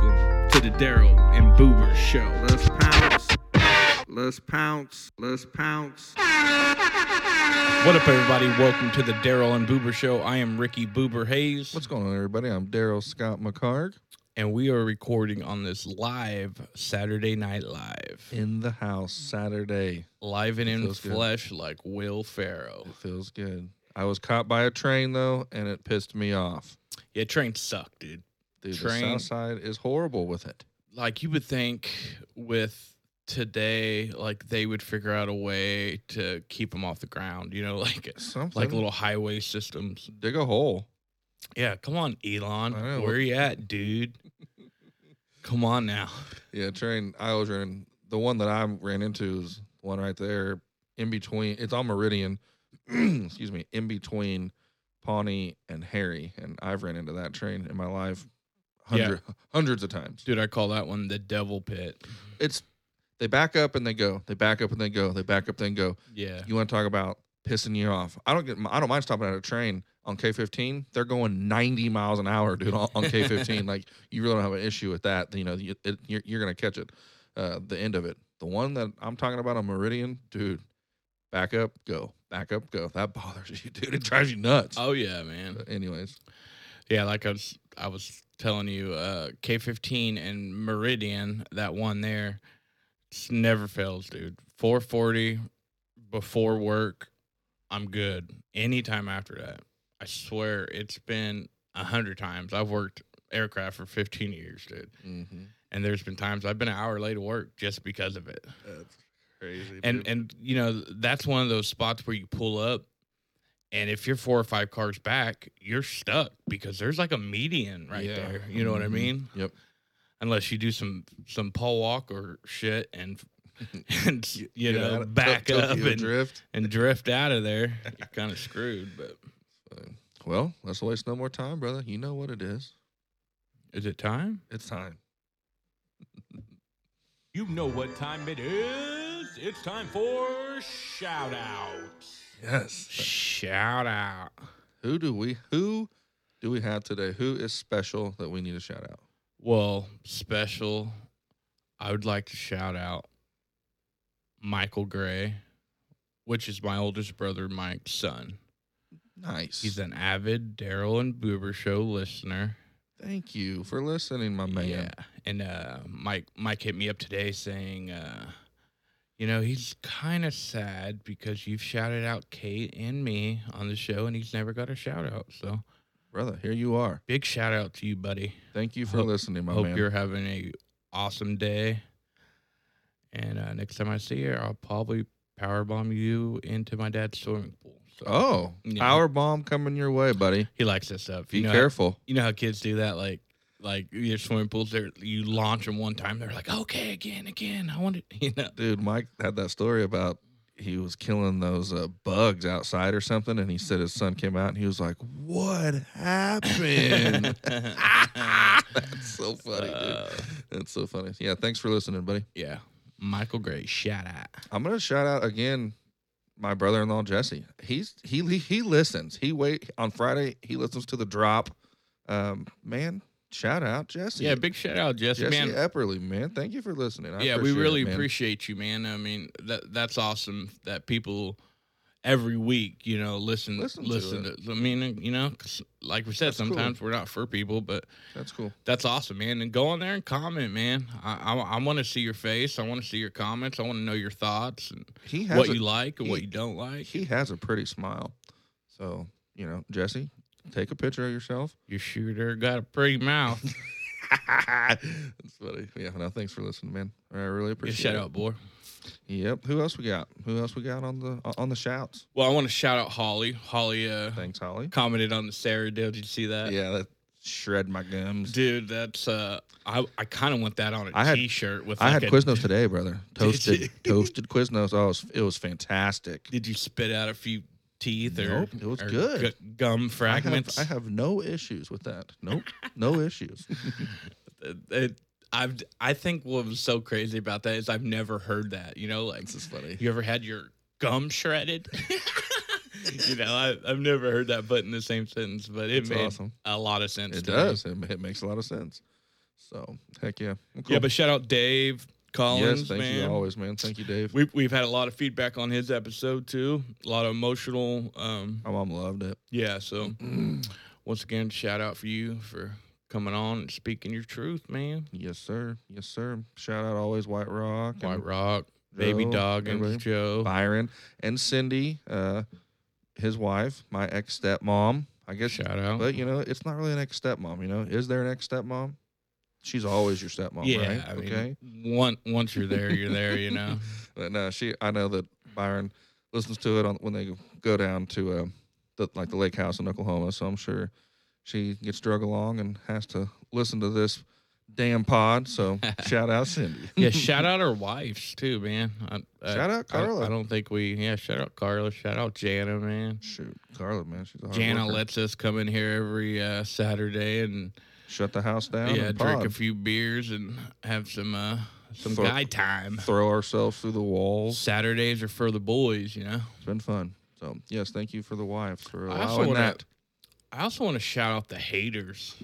the Daryl and Boober Show. Let's pounce. Let's pounce. Let's pounce. What up, everybody? Welcome to the Daryl and Boober Show. I am Ricky Boober Hayes, What's going on, everybody? I'm Daryl Scott McCarg and we are recording on this live Saturday Night Live, in the house Saturday. live and in Feels good. flesh, like Will Farrell. It feels good. I was caught by a train though, and it pissed me off. Yeah, train sucked, dude. Dude, Train. the South Side is horrible with it. Like you would think with today, like they would figure out a way to keep them off the ground. You know, like Something like little highway systems. dig a hole. Yeah, come on, Elon. I know. Where you at, dude? come on now. Yeah, train. I was running. The one that I ran into is one right there in between. It's on Meridian. excuse me. In between Pawnee and Harry, and I've ran into that train in my life. Yeah. Hundred, hundreds of times. Dude, I call that one the devil pit. it's they back up and they go. They back up and they go. They back up then go. Yeah. You want to talk about pissing you off? I don't get. I don't mind stopping at a train on K15. They're going 90 miles an hour, dude, on, on K15. like you really don't have an issue with that. You know, you, it, you're you're gonna catch it. Uh, the end of it. The one that I'm talking about on Meridian, dude. Back up, go. Back up, go. That bothers you, dude. It drives you nuts. Oh yeah, man. But anyways, Yeah, like I was I was telling you, uh K fifteen and Meridian, that one there, just never fails, dude. Four forty before work, I'm good. Anytime after that. I swear it's been a hundred times. I've worked aircraft for fifteen years, dude. mm-hmm. And there's been times I've been an hour late to work just because of it. that's crazy. and and you know that's one of those spots where you pull up and if you're four or five cars back you're stuck because there's like a median right Yeah. there you know what i Mhm. mean Yep. unless you do some some pole walk or shit and and you, know back up and, drift. and drift out of there you're kind of screwed but Well, let's waste no more time, brother. You know what it is. is it time It's time. You know what time it is. It's time for shout outs. Yes. shout out Who do we who do we have today? Who is special that we need to shout out? well special i would like to shout out michael gray which is my oldest brother mike's son Nice. He's an avid Daryl and Boober show listener. Thank you for listening, my Oh, man. Yeah. And uh, Mike Mike hit me up today saying, uh, you know, he's kind of sad because you've shouted out Kate and me on the show and he's never got a shout out. So Brother, here you are. big shout out to you, buddy. Thank you for Hope- listening, my Hope man. you're having a awesome day. And uh, next time I see you, I'll probably power bomb you into my dad's swimming pool. So oh, Yeah. power bomb coming your way, buddy. he likes that stuff. Be you know, careful. you know how kids do that like like your swimming pools they you launch them one time they're like okay again again i want it you know Dude, Mike had that story about he was killing those uh, bugs outside or something, and he said his son came out and he was like, "What happened?" That's so funny, dude. Uh, That's so funny. Yeah, thanks for listening, buddy. yeah michael gray shout out I'm gonna shout out again my brother-in-law Jesse. He's he he, he listens. He wait on Friday. He listens to the drop. Um, man, shout out Jesse. yeah big shout out jesse, Jesse man Epperly, man. Thank you for listening. I yeah we really it, man. appreciate you man i mean that that's awesome that people every week you know listen Listen to listen to, i mean uh, you know 'cause like we said That's cool. sometimes we're not for people but That's cool. That's awesome, man. And go on there and comment, man. I I, I want to see your face. I want to see your comments. I want to know your thoughts and He has what a, you like and what he- you don't like. he has a pretty smile. So you know, Jesse, take a picture of yourself. Your shooter got a pretty mouth. That's funny. Yeah. No, thanks for listening, man. I really Just appreciate shout it. out, boy. Yep. Who else we got? Who else we got on the uh, on the shouts? Well, I want to shout out Holly. Holly uh, Thanks, Holly. commented on the Sarah deal. Did you see that? yeah, that shred my gums. Dude, that's uh, I I kind of want that on a I had- shirt with. I like had a- Quiznos today, brother. you? Toasted, toasted Quiznos. Oh, it was, it was fantastic. Did you spit out a few teeth or? Nope, it was or good. gu- gum I have, fragments. I have no issues with that. Nope, no issues. it, Uh, it- I've I think what was so crazy about that is I've never heard that. You know, like This is funny. you ever had your gum shredded? you know, I, I've never heard that, but in the same sentence, but it It's made awesome. a lot of sense. It to does. It, ma- it makes a lot of sense. So heck yeah. Well, Yeah, cool. but shout out Dave Collins, yes, thank man. you always, man. Thank you, Dave. We've we've had a lot of feedback on his episode too. A lot of emotional. Um, My mom loved it. yeah. So once again, shout out for you for coming on and speaking your truth, man. Yes, sir. Yes, sir. Shout out always White Rock, and White Rock, Baby Joe, Dog, everybody. and Joe. Byron, and Cindy, uh, his wife, my ex stepmom. I guess, Shout out. but you know, it's not really an ex stepmom. You know, is there an ex stepmom? She's always your stepmom, yeah. right? I mean, okay. Once once you're there, you're there. You know. But no, she. I know that Byron listens to it on when they go down to uh, the, like the lake house in Oklahoma. So I'm sure she gets drug along and has to listen to this damn pod. So shout out Cindy. yeah. Shout out our wives too, man. I, I- Shout out I don't- Carla. I, don't think we. Yeah. Shout out Carla. Shout out Jana, man. Shoot, Carla, man, she's a hard Jana worker. lets us come in here every uh, Saturday and shut the house down. yeah, and drink a pod. few beers and have some uh, some Throw- guy time. throw ourselves through the walls. Saturdays are for the boys, you know. It's been fun. So yes, thank you for the wives for I also allowing wanna- that. I also want to shout out the haters.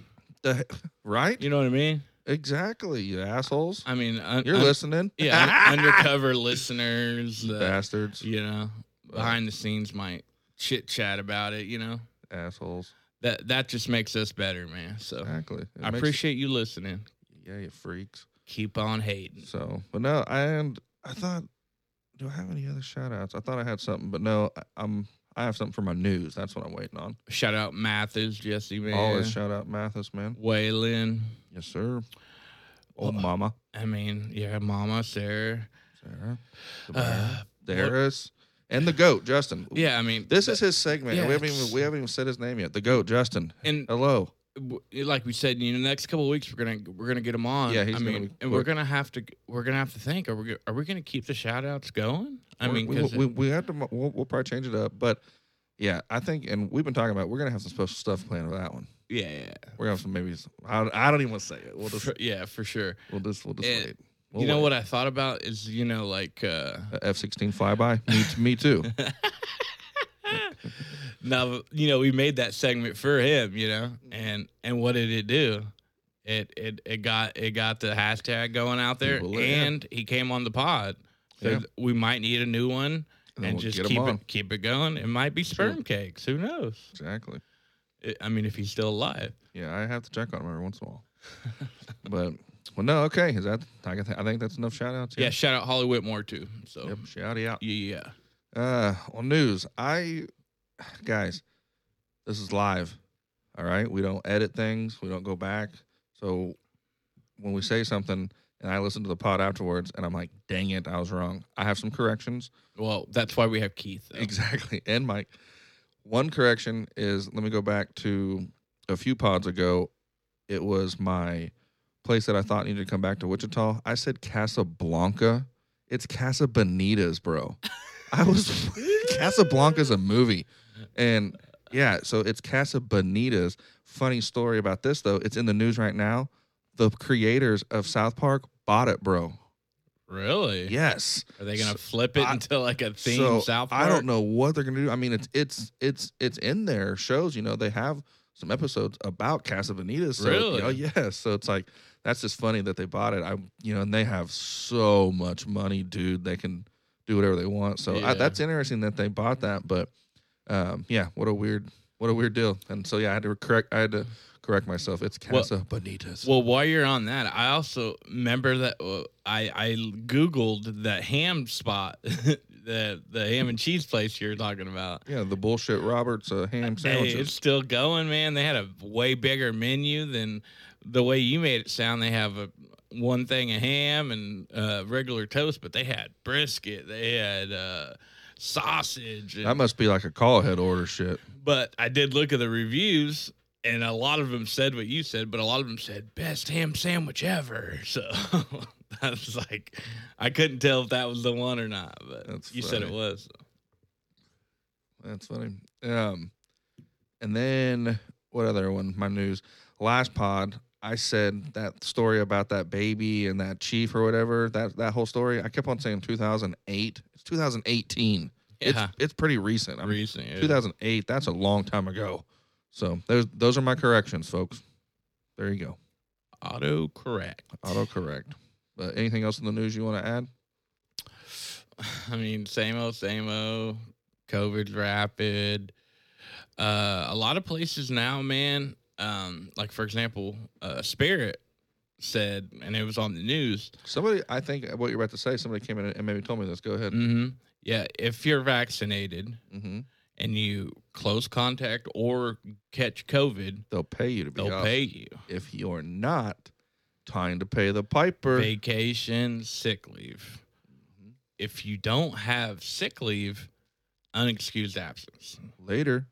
The- right? You know what I mean? Exactly, you assholes. I mean, un- You're un- listening. yeah, un- undercover listeners, uh, bastards, you know, behind the scenes might chit chat about it. You know, Uh, assholes. that that just makes us better, man. So Exactly. It I makes- appreciate you listening. Yeah, you freaks. Keep on hating. So, but no, and I thought, do I have any other shout outs? I thought I had something, but no, I, I'm I have something for my news. That's what I'm waiting on. Shout out Mathis, Jesse, man. Always shout out Mathis, man. Waylon. Yes, sir. Oh, Well, uh, mama, I mean, yeah, Mama, Sarah. Sarah, Uh, Darius, and the goat, Justin. Yeah, I mean, This is his segment. and We haven't even Yes. we haven't even said his name yet. The goat, Justin. and Hello. w- like we said, you know, the next couple of weeks we're gonna we're gonna get him on. Yeah, he's I gonna mean, be and we're quick. gonna have to we're gonna have to think. Are we go- are we gonna keep the shout outs going? I We're- mean, we, 'cause we, we have to. mo- We'll, we'll probably change it up, but yeah, I think, and we've been talking about. We're gonna have some special stuff planned for that one. it- yeah, yeah, We're gonna have some maybe. Some, I, I don't even want to say it. yeah. We'll just for, yeah, for sure. We'll just we'll just Eh, wait. We'll you know wait. what I thought about is you know like uh F sixteen flyby. Me, t- me too. now you know we made that segment for him, you know, and and what did it do? It it it got it got the hashtag going out there, People, yeah. and he came on the pod. So Yeah. we might need a new one. then and we'll just get 'em keep on. it keep it going. It might be Sure. sperm cakes. Who knows? Exactly. I- I mean, if he's still alive. Yeah, I have to check on him every once in a while. but well, no, okay. Is that I, got I think that's enough shout outs. Yeah. shout out Holly Whitmore too. So Yep. Shouty out. yeah, Uh, on news, I guys, this is live. All right, we don't edit things. We don't go back. So when we say something, and I listen to the pod afterwards, and I'm like, "Dang it, I was wrong." I have some corrections. well, that's why we have Keith. though. Exactly. And Mike. One correction is let me go back to a few pods ago. It was my place that I thought needed to come back to Wichita. I said Casablanca. It's Casa Bonitas, bro. I was Casablanca's a movie. And yeah, so it's Casa Bonitas. Funny story about this though. It's in the news right now. The creators of South Park bought it, bro. Really? Yes. Are they gonna flip it I- into like a theme So South I Park? don't know what they're gonna do. I mean, it's it's it's it's in their shows. You know, they have some episodes about Casa Bonita. So, Really? Oh yeah. So it's like that's just funny that they bought it. I you know, and they have so much money, dude. They can do whatever they want. So Yeah. I, that's interesting that they bought that. But um, yeah, what a weird what a weird deal. And so yeah, I had to correct. I had to correct myself. It's Well- Casa Bonitas. Well, while you're on that, I also remember that uh, I I googled that ham spot, the the ham and cheese place you're talking about. yeah, the bullshit Roberts uh, ham Hey, it's sandwiches. still going, man. They had a way bigger menu than the way you made it sound. They have a one thing of ham and uh, regular toast, but they had brisket, they had uh, sausage. and- that must be like a call ahead order shit. but I did look at the reviews, and a lot of them said what you said, but a lot of them said best ham sandwich ever. So I was like, I couldn't tell if that was the one or not, but That's you said it funny. was. That's funny. Um, and then what other one? My news. Last pod, I said that story about that baby and that chief or whatever. That that whole story. I kept on saying 2008. It's 2018. Yeah. It's it's pretty recent. I mean, Recent, yeah. 2008. That's a long time ago. So those those are my corrections, folks. There you go. Auto correct. Autocorrect. Uh, anything else in the news you want to add? I mean, same old, same old. COVID's rapid. Uh, a lot of places now, man. Um, like for example, uh, Spirit said, and it was on the news. Somebody, I think what you're about to say, somebody came in and maybe told me this. Go ahead. hmm Yeah, if you're vaccinated Mm-hmm. and you close contact or catch COVID, They'll pay you to be they'll off. pay you If you're not, time to pay the piper. vacation, sick leave. Mhm. If you don't have sick leave, unexcused absence. Later.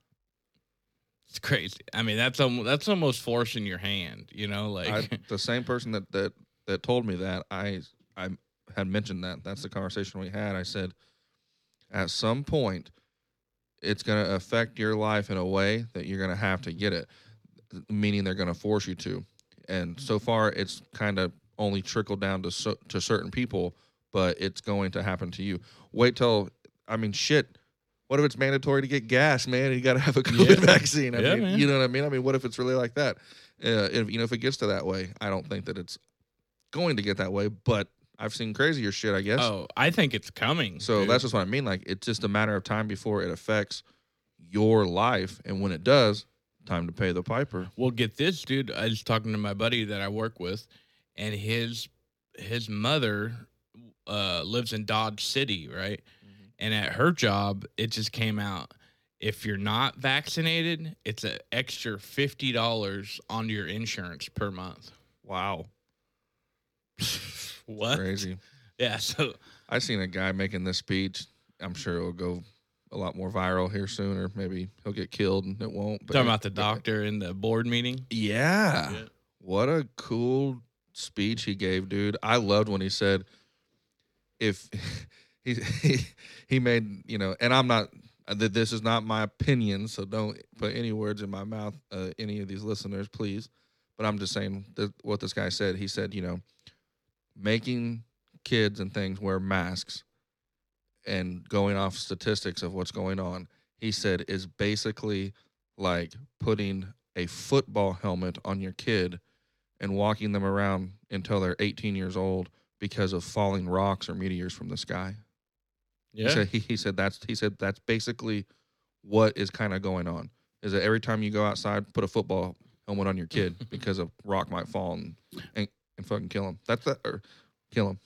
It's crazy. I mean, that's almost, that's almost forcing your hand. You know, like I, the same person that that that told me that I I had mentioned that that's the conversation we had. I said, at some point, it's going to affect your life in a way that you're going to have to get it, meaning they're going to force you to. And so far, it's kind of only trickled down to so, to certain people, but it's going to happen to you. Wait till I mean shit. What if it's mandatory to get gas, man? You got to have a COVID Yeah. vaccine. I Yeah, mean, man. you know what I mean? I mean, what if it's really like that? Uh, if you know, if it gets to that way, I don't think that it's going to get that way. But I've seen crazier shit, I guess. oh, I think it's coming. So dude. that's just what I mean. Like it's just a matter of time before it affects your life, and when it does, time to pay the piper. Well, get this, dude. I was talking to my buddy that I work with, and his his mother uh, lives in Dodge City, right? Mm-hmm. And at her job, it just came out. If you're not vaccinated, it's an extra fifty dollars on your insurance per month. Wow, what? crazy! Yeah. So I seen a guy making this speech. I'm sure it'll go a lot more viral here soon, or maybe he'll get killed and it Ah, won't. talking about the doctor in the board meeting. Yeah. Yeah. What a cool speech he gave, dude. I loved when he said if he he, he made, you know, and I'm not that this is not my opinion, so don't put any words in my mouth uh, any of these listeners, please. But I'm just saying that what this guy said. He said, you know, making kids and things wear masks and going off statistics of what's going on, he said is basically like putting a football helmet on your kid and walking them around until they're 18 years old because of falling rocks or meteors from the sky. Yeah. He said he, he said that's he said that's basically what is kind of going on. Is that every time you go outside, put a football helmet on your kid because a rock might fall and and, and fucking kill him. That's that or kill him.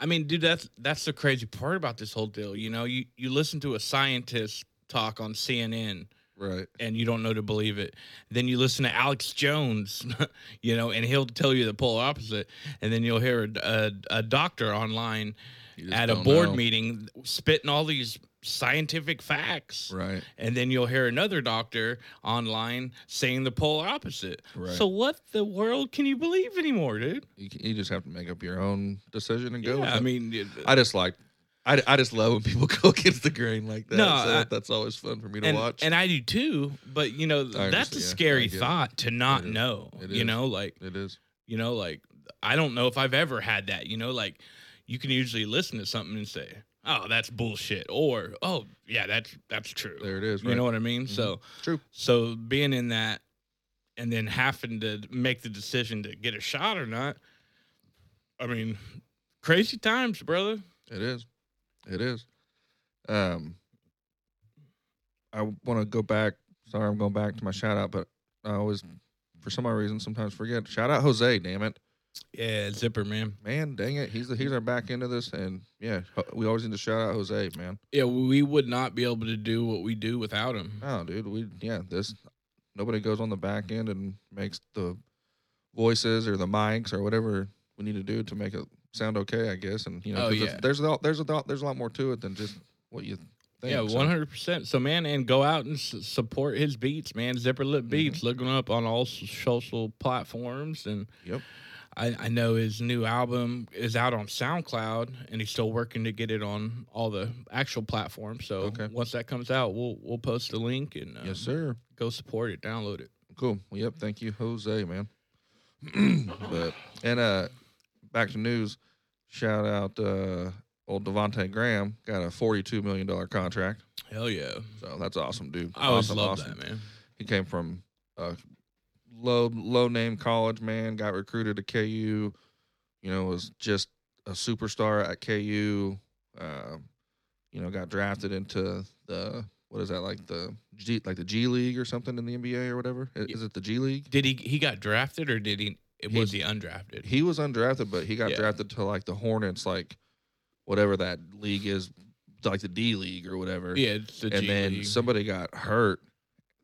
I mean, dude, that's that's the crazy part about this whole deal. You know, you you listen to a scientist talk on CNN Right. and you don't know to believe it. Then you listen to Alex Jones, you know, and he'll tell you the polar opposite. And then you'll hear a, a, a doctor online at a board meeting spitting all these scientific facts. Right. And then you'll hear another doctor online saying the polar opposite. Right. So what the world can you believe anymore, dude? You, you just have to make up your own decision and go. with yeah, I it. mean, it- I just like, I, I just love when people go against the grain like that. No, so I- that's always fun for me to and, watch. and I do too. But you know, I that's a understand. Yeah, I scary get it. thought to not is. know. It you is. know, like it is you know, like I don't know if I've ever had that. You know, like you can usually listen to something and say, "Oh, that's bullshit," or "Oh, yeah, that's that's true." there. It is. you right? know what I mean? Mhm. So True. So being in that, and then having to make the decision to get a shot or not. I mean, crazy times, brother. It is. It is. Um, I want to go back. Sorry, I'm going back to my shout out, but I always, for some odd reason, sometimes forget. Shout out Jose. Damn it, Yeah, zipper man. man. Dang it. He's the, he's our back end of this, and yeah, we always need to shout out Jose, man. Yeah, we would not be able to do what we do without him. No, dude, we yeah, this nobody goes on the back end and makes the voices or the mics or whatever we need to do to make it sound okay, I guess. And you know, Oh, 'cause yeah. it's- there's a lot, there's a lot, there's a lot more to it than just what you think. Yeah, so- one hundred percent. So man, and go out and s- support his beats, man. Zipper Lip Beats. Look him up on all s- social platforms, and Yep. I, I know his new album is out on SoundCloud, and he's still working to get it on all the actual platforms. So Okay. once that comes out, we'll we'll post the link and uh, Yes, sir. go support it, download it. Cool. Well, yep. Thank you, Jose, man. but and uh, back to news. Shout out uh, old Devonte Graham got a forty-two million dollar contract. Hell yeah, So that's awesome, dude. I always Awesome, love awesome. that man. He came from a low low name college man, got recruited to KU. You know, was just a superstar at KU. Uh, you know, got drafted into the what is that like the G, like the G League or something in the NBA or whatever? I- Is, Yeah. it the G League? Did he he got drafted or did he it was He- he undrafted? He was undrafted, but he got Yeah. drafted to like the Hornets, like whatever that league is, like the D League or whatever. yeah, it's the and G then League. somebody got hurt,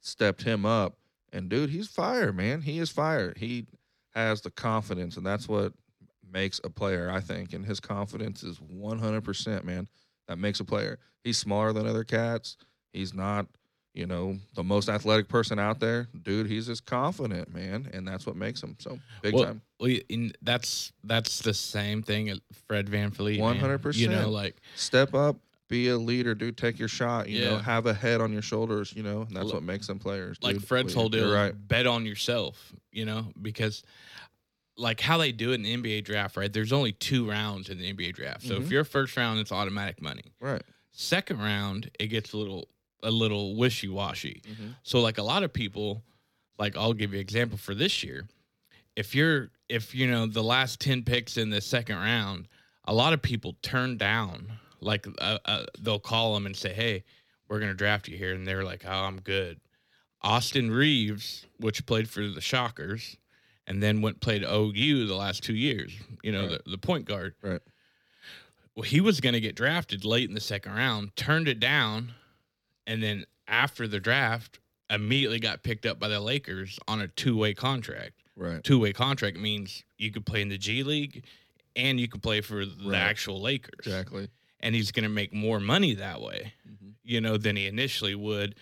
stepped him up, and dude, he's fire, man. He is fire. He has the confidence, and that's what makes a player, I think. And his confidence is 100%, man. That makes a player. He's smaller than other cats. He's not, you know, the most athletic person out there. Dude, he's just confident, man. And that's what makes him. So big Well, time. Well, y- and that's that's the same thing as Fred Van Fleet. 100%. You know, like Step up. Be a leader, dude. Take your shot. You know, Yeah. have a head on your shoulders. You know, and that's L- what makes them players. like dude. Fred's You're- whole deal you're is right? bet on yourself, you know, because like how they do it in the NBA draft, right? There's only two rounds in the NBA draft. So Mhm. if you're first round, it's automatic money. Right. Second round, it gets a little a little wishy washy. So like a lot of people, like I'll give you an example for this year. If you're if you know the last ten picks in the second round, a lot of people turn down. Like uh, uh, they'll call them and say, "Hey, we're gonna draft you here," and they're like, "Oh, I'm good." Austin Reeves, which played for the Shockers, and then went played OU the last two years. You know Right. the, the point guard. Right. Well, he was gonna get drafted late in the second round. Turned it down, and then after the draft, immediately got picked up by the Lakers on a two way contract. Right. Two way contract means you could play in the G League and you could play for the Right. actual Lakers. Exactly. And he's going to make more money that way, you know, than he initially would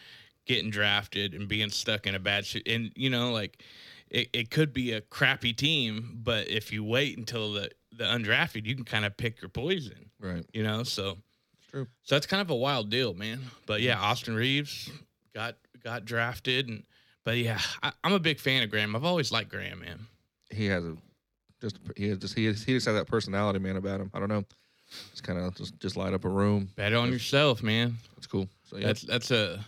getting drafted and being stuck in a bad shit. And, you know, like it, it could be a crappy team, but if you wait until the, the undrafted, you can kind of pick your poison Right. you know so It's true. so that's kind of a wild deal man but yeah austin reeves got got drafted and but yeah I, i'm a big fan of graham i've always liked graham man He has a just he has just he has, he just has that personality, man, about him. I don't know. It's kind of just just light up a room. bet on yourself man It's cool. So Oh, yeah, that's that's a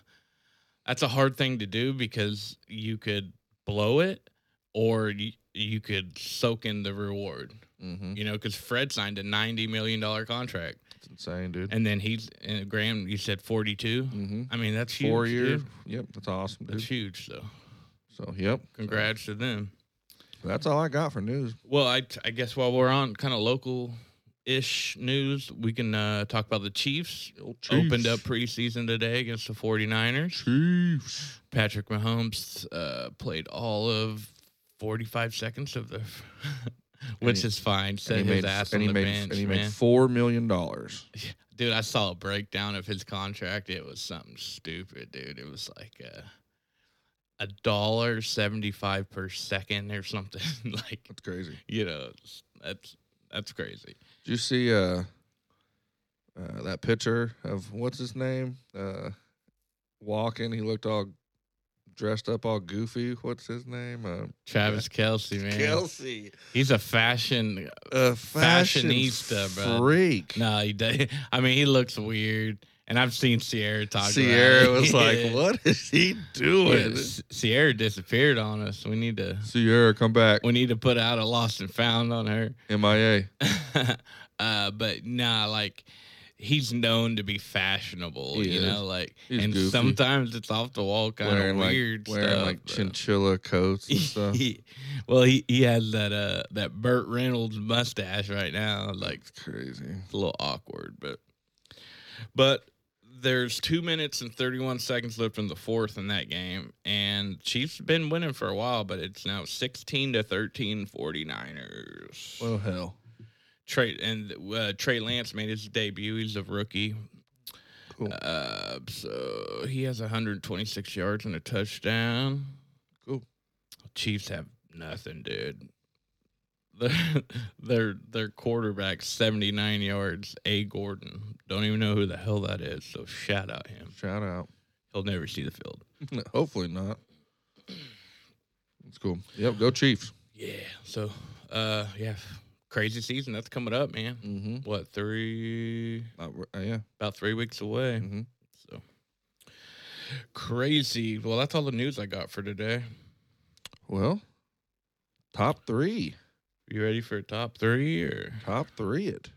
that's a hard thing to do because you could blow it or you, you could soak in the reward hmm you know because fred signed a 90 million dollar contract it's insane, dude. and then he's and graham you said 42 hmm i mean that's huge, Four years. dude. Yep, that's awesome, dude. that's huge so So yep, congrats to them that's all I got for news. Well, I, I guess while we're on kind of local ish news, we can uh, talk about the Chiefs. Opened up preseason today against the 49ers. Chiefs. Patrick Mahomes uh, played all of 45 seconds of the, which he- is fine. And Set he his made, ass and on he the made, bench, and he man. made four million dollars. Dude, I saw a breakdown of his contract. It was something stupid, dude. It was like uh, a dollar seventy-five per second or something. like That's crazy. you know it's- that's that's crazy Did you see uh, uh that picture of what's his name uh walking? He looked all dressed up, all goofy. What's his name? Uh, travis kelsey man Kelsey, he's a fashion a fashion Fashionista, bro. freak. no he does i mean he looes weird and i've seen sierra talk about Sierra it. was like, Yeah. "What is he Yeah, doing?" S- sierra disappeared on us we need to Sierra, come back, we need to put out a lost and found on her MIA. uh but nah like he's known to be fashionable He you is. know like He's and goofy. sometimes it's off the wall kind Wearing of like weird wearing stuff, like bro. chinchilla coats and stuff. He- well, he, he has that uh that Burt Reynolds mustache right now. Like It's crazy. it's a little awkward, but but there's two minutes and 31 seconds left in the fourth in that game, and Chiefs have been winning for a while, but it's now 16 to 13 49ers. Well, hell, Trey and uh, Trey Lance made his debut. He's a rookie. cool, Uh, so he has 126 yards and a touchdown. cool. Chiefs have nothing, dude. Their their their quarterback, seventy nine yards, A Gordon. Don't even know who the hell that is. So shout out him. Shout out. He'll never see the field. Hopefully not. It's cool. Yep, go Chiefs. Yeah. So, uh, yeah, crazy season that's coming up, man. Mm-hmm. What three? Uh, yeah. About three weeks away. Mm-hmm. So crazy. Well, that's all the news I got for today. Well, top three. You ready for top three or Top three it.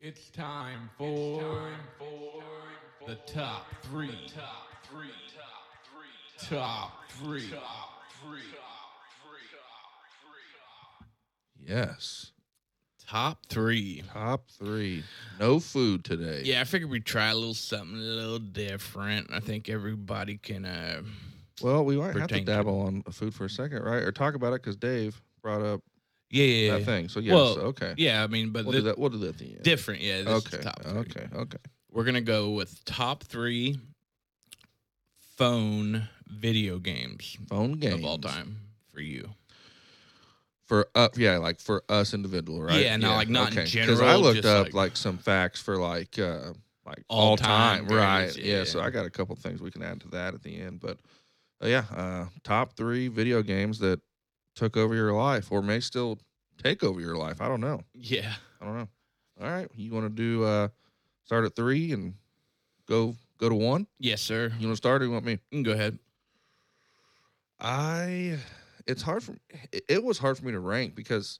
It's time for, the top three. Top three. Top three. Top three. Yes. top three? Top three. No food today. Yeah, I figured we'd try a little something a little different. I think everybody can. uh Well, we might have to Pertain to- dabble on food for a second, right? Or talk about it because Dave brought up Yeah, yeah, that yeah. thing. So yes, Well, okay. Yeah, I mean, but We'll thi- do that. We'll do that at the end. different. Yeah, this okay. is top three. okay. Okay. We're gonna go with top three phone video games Phone games of all time for you. for uh yeah like for us individual right Yeah, no, like, not in because I general, looked just, up like, like- some facts for like uh like all, All time, time right favorites, yeah, yeah. so I got a couple things we can add to that at the end but uh, yeah uh top three video games that took over your life or may still take over your life I don't know Yeah. I don't know all right you want to do uh start at three and go go to one Yes, sir. you want to start or you want me You can go ahead. I it's hard for it- it was hard for me to rank because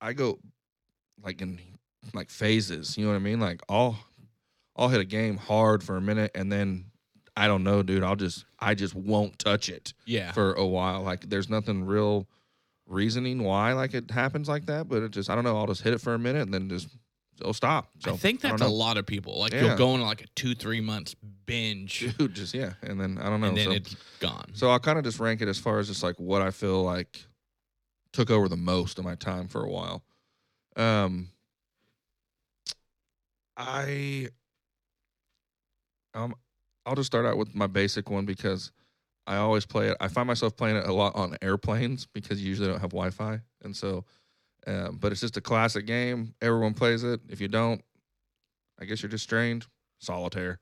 I go like in like phases, you know what I mean? Like I'll I'll hit a game hard for a minute and then I don't know, dude. I'll just I just won't touch it Yeah. for a while. Like there's nothing real reasoning why like it happens like that, but it just I don't know, I'll just hit it for a minute and then just it'll stop. So I think don't that's a know. lot of people. Like Yeah. you'll go on like a two, three months binge dude, just yeah. And then I don't know. and then so- it's gone. So I'll kind of just rank it as far as just like what I feel like took over the most of my time for a while. Um, I, um, I'll just start out with my basic one because I always play it. I find myself playing it a lot on airplanes because you usually don't have Wi-Fi, and so, um, but it's just a classic game. Everyone plays it. If you don't, I guess you're just strange. Solitaire.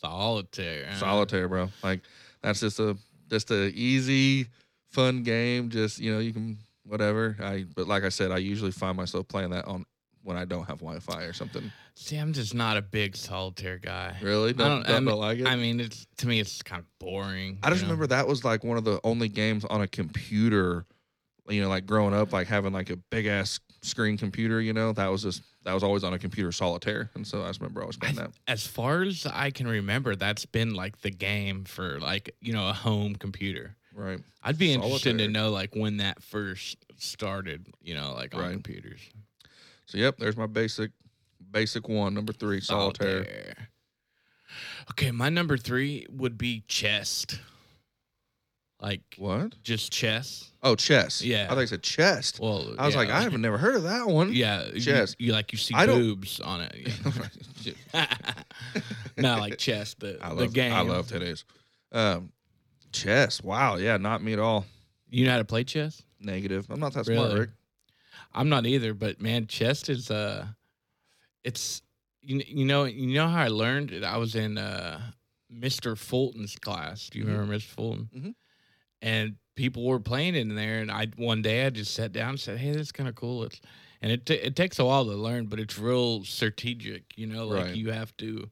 Solitaire. Uh, huh? Solitaire, bro. Like that's just a just a easy, fun game. Just you know, you can whatever. I but like I said, I usually find myself playing that on when I don't have Wi-Fi or something. See, I'm just not a big solitaire guy. Really, don't- don't don't, I mean- don't like it. I mean, it's to me, it's kind of boring. I just you know? remember that was like one of the only games on a computer. You know, like growing up, like having like a big ass screen computer. You know, that was just that was always on a computer solitaire, and so I just remember always I playing that. as far as I can remember, that's been like the game for like you know a home computer. Right. I'd be interested to Solitaire. know like when that first started. You know, like on Right. computers. So yep, there's my basic, basic one number three solitaire. Solitaire. Okay, my number three would be chess. Like What? just chess. Oh, chess. Yeah. I thought you said chest. Well, I was yeah, like, I haven't never heard of that one. Yeah, you- Chess. You, like you see I don't- boobs on it. Shit. Not like chess, the, I love the game. I love today's. Um, chess. Wow. Yeah. Not me at all. You know how to play chess? Negative. I'm not that smart, Really? Rick. I'm not either, but man, chess is uh it's you, kn- you know you know how I learned it? I was in uh Mr. Fulton's class. Do you Mhm. remember Mr. Fulton? Mhm. And people were playing in there and I one day I just sat down and said, "Hey, that's kind of cool." It's and it ta it takes a while to learn, but it's real strategic, you know, like Right. you have to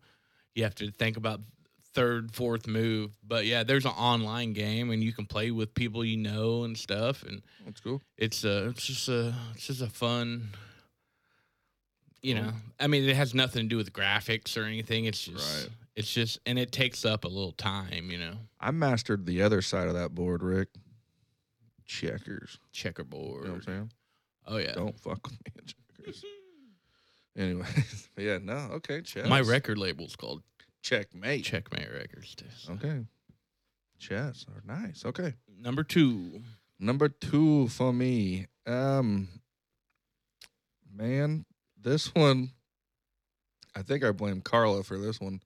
you have to think about third, fourth move. But yeah, there's an online game and you can play with people you know and stuff and That's cool. it's a it's just a it's just a fun you Cool. know i mean it has nothing to do with graphics or anything it's just Right. it's just and it takes up a little time you know I mastered the other side of that board, Rick. Checkers. You checkerboard know what I'm saying? oh yeah Don't fuck with me. in Checkers. Anyways, but yeah, no, okay, chess. my record label's called checkmate. checkmate records Okay, chess. Oh, nice. Okay, number two Number two for me. Um man, this one I think I blame Carla for this one.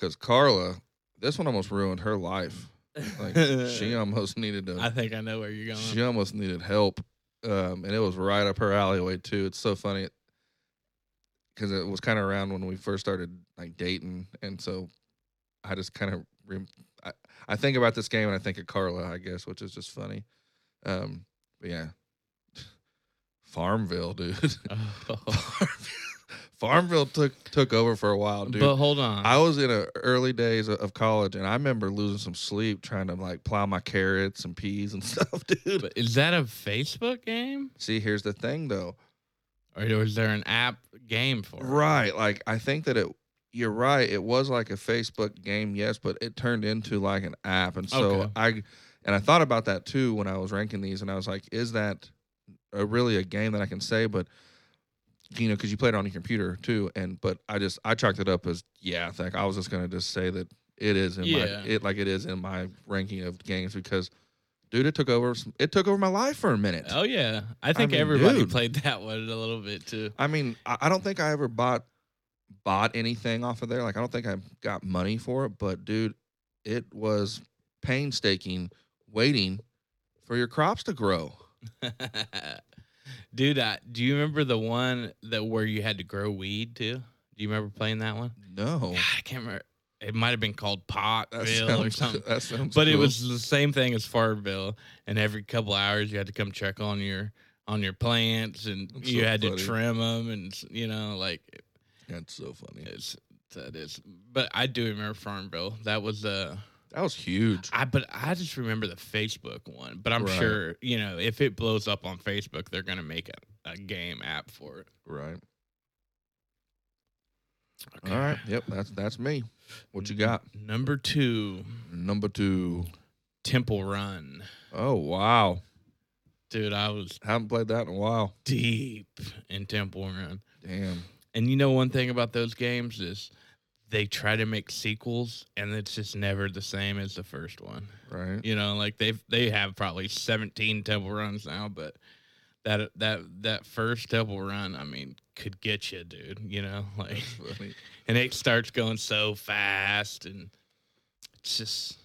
Cause Carla, this one almost ruined her life. Like she almost needed i to think i know where you're going she almost needed help. Um and it was right up her alleyway too. It's so funny. Cause it was kind of around when we first started like dating. And so I just kind of rem- I, I think about this game and I think of Carla, I guess, which is just funny. Um, but yeah, Farmville, dude. Oh, Farmville. Farmville took took over for a while, dude. But hold on. I was in a early days of- of college, and I remember losing some sleep trying to like plow my carrots and peas and stuff, dude. But is that a Facebook game? See, here's the thing, though. Or is there an app game for it? Right, like I think that it. You're right. It was like a Facebook game, yes, but it turned into like an app, and so Okay. I, and I thought about that too when I was ranking these, and I was like, is that a, really a game that I can say? But you know, because you play it on your computer too, and but I just I chalked it up as yeah. I think I was just gonna just say that it is in Yeah. my it like it is in my ranking of games because, dude, it took over some, it took over my life for a minute. Oh yeah, I think mean, everybody dude. played that one a little bit too. I mean, I, I don't think I ever bought bought anything off of there. Like I don't think I got money for it, but dude, it was painstaking waiting for your crops to grow. Dude, I, do you remember the one that where you had to grow weed too? Do you remember playing that one? No. God, I can't remember. It might have been called That Potville or sounds, something. that sounds But it cool. was the same thing as Farmville, and every couple hours you had to come check on your on your plants, and That's you so had funny. to trim them, and you know, like that's so funny. it's that is. But I do remember Farmville. That was uh That was huge. I but I just remember the Facebook one. But I'm Right. sure you know if it blows up on Facebook, they're gonna make a, a game app for it. Right. All right. Yep, that's that's me. What Mm-hmm. you got? Number two, Number 2. Temple Run. Oh, wow. Dude, I was Haven't played that in a while. deep in Temple Run. Damn. And you know one thing about those games is they try to make sequels and it's just never the same as the first one. Right. You know, like they've they have probably 17 Temple Runs now, but that that that first Temple Run, I mean, could get you, dude, you know? Like That's funny. and it starts going so fast and it's just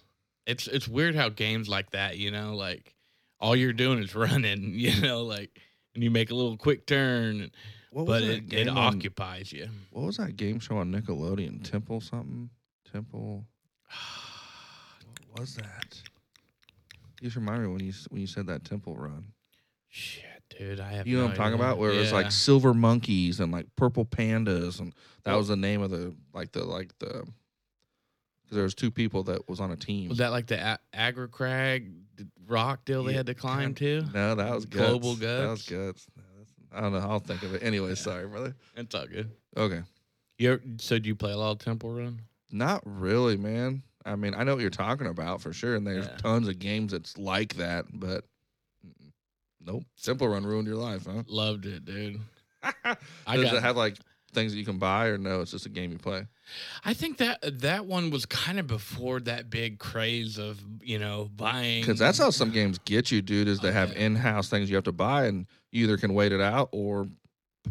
it's it's weird how games like that you know like all you're doing is running you know like and you make a little quick turn What was but that it, it game on- occupies you What was that game show on Nickelodeon? Temple something? Temple. What was that? You just remind me when you s- when you said that Temple Run. shit dude i have You know no what I'm talking idea. about? Where it was Yeah. like silver monkeys and like purple pandas, and that Well- was the name of the like the like the. 'cause there was two people that was on a team. was that like the a- agra crag the rock deal they Yeah, had to climb God. to no, that was guts. Global That was Guts? guts. No, that's- I don't know. I'll think of it anyway. Sorry, brother. it's all good Okay. you ever, so do you play a lot of temple run Not really, man. I mean, I know what you're talking about for sure, and there's Yeah. tons of games that's like that, but mm, nope. Simple Run ruined your life, huh? loved it dude I Does got- it have like things that you can buy, or no? It's just a game you play. I think that that one was kind of before that big craze of you know buying Because that's how some games get you, dude. Is they have Okay. in-house things you have to buy, and you either can wait it out or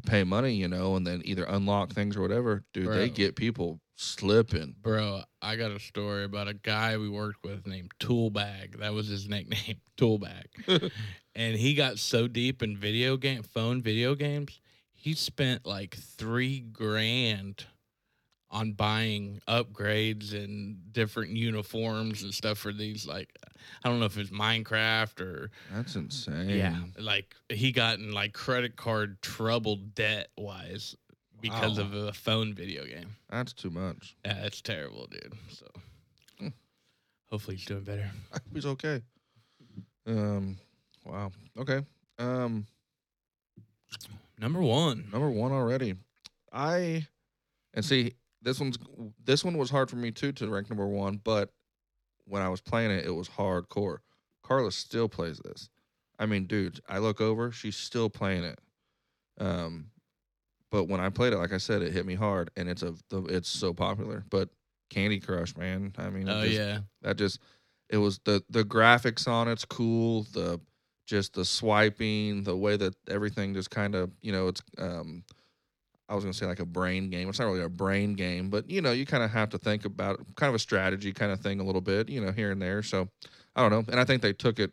pay money, you know, and then either unlock things or whatever. Dude, Bro. they get people slipping. Bro, I got a story about a guy we worked with named Toolbag. That was his nickname, Toolbag. and he got so deep in video game phone video games, he spent like three grand on buying upgrades and different uniforms and stuff for these like I don't know if it's Minecraft or That's insane. yeah, like he got in like credit card trouble debt wise because Wow. of a phone video game. that's too much. Yeah, that's terrible, dude. So Hmm. hopefully he's doing better. I hope he's okay. Um, wow. Okay. Um, Number one. number one already. I and see this one's this one was hard for me too to rank number one, but when I was playing it, it was hardcore. Carla still plays this. I mean, dude, I look over, she's still playing it. Um, but when I played it, like I said, it hit me hard, and it's a the- it's so popular. But Candy Crush, man, I mean, it Oh just- yeah. That just it was the the graphics on it's cool. The just the swiping, the way that everything just kind of you know it's um I was gonna say like a brain game. It's not really a brain game, but you know you kind of have to think about it, kind of a strategy kind of thing a little bit, you know here and there. So I don't know, and I think they took it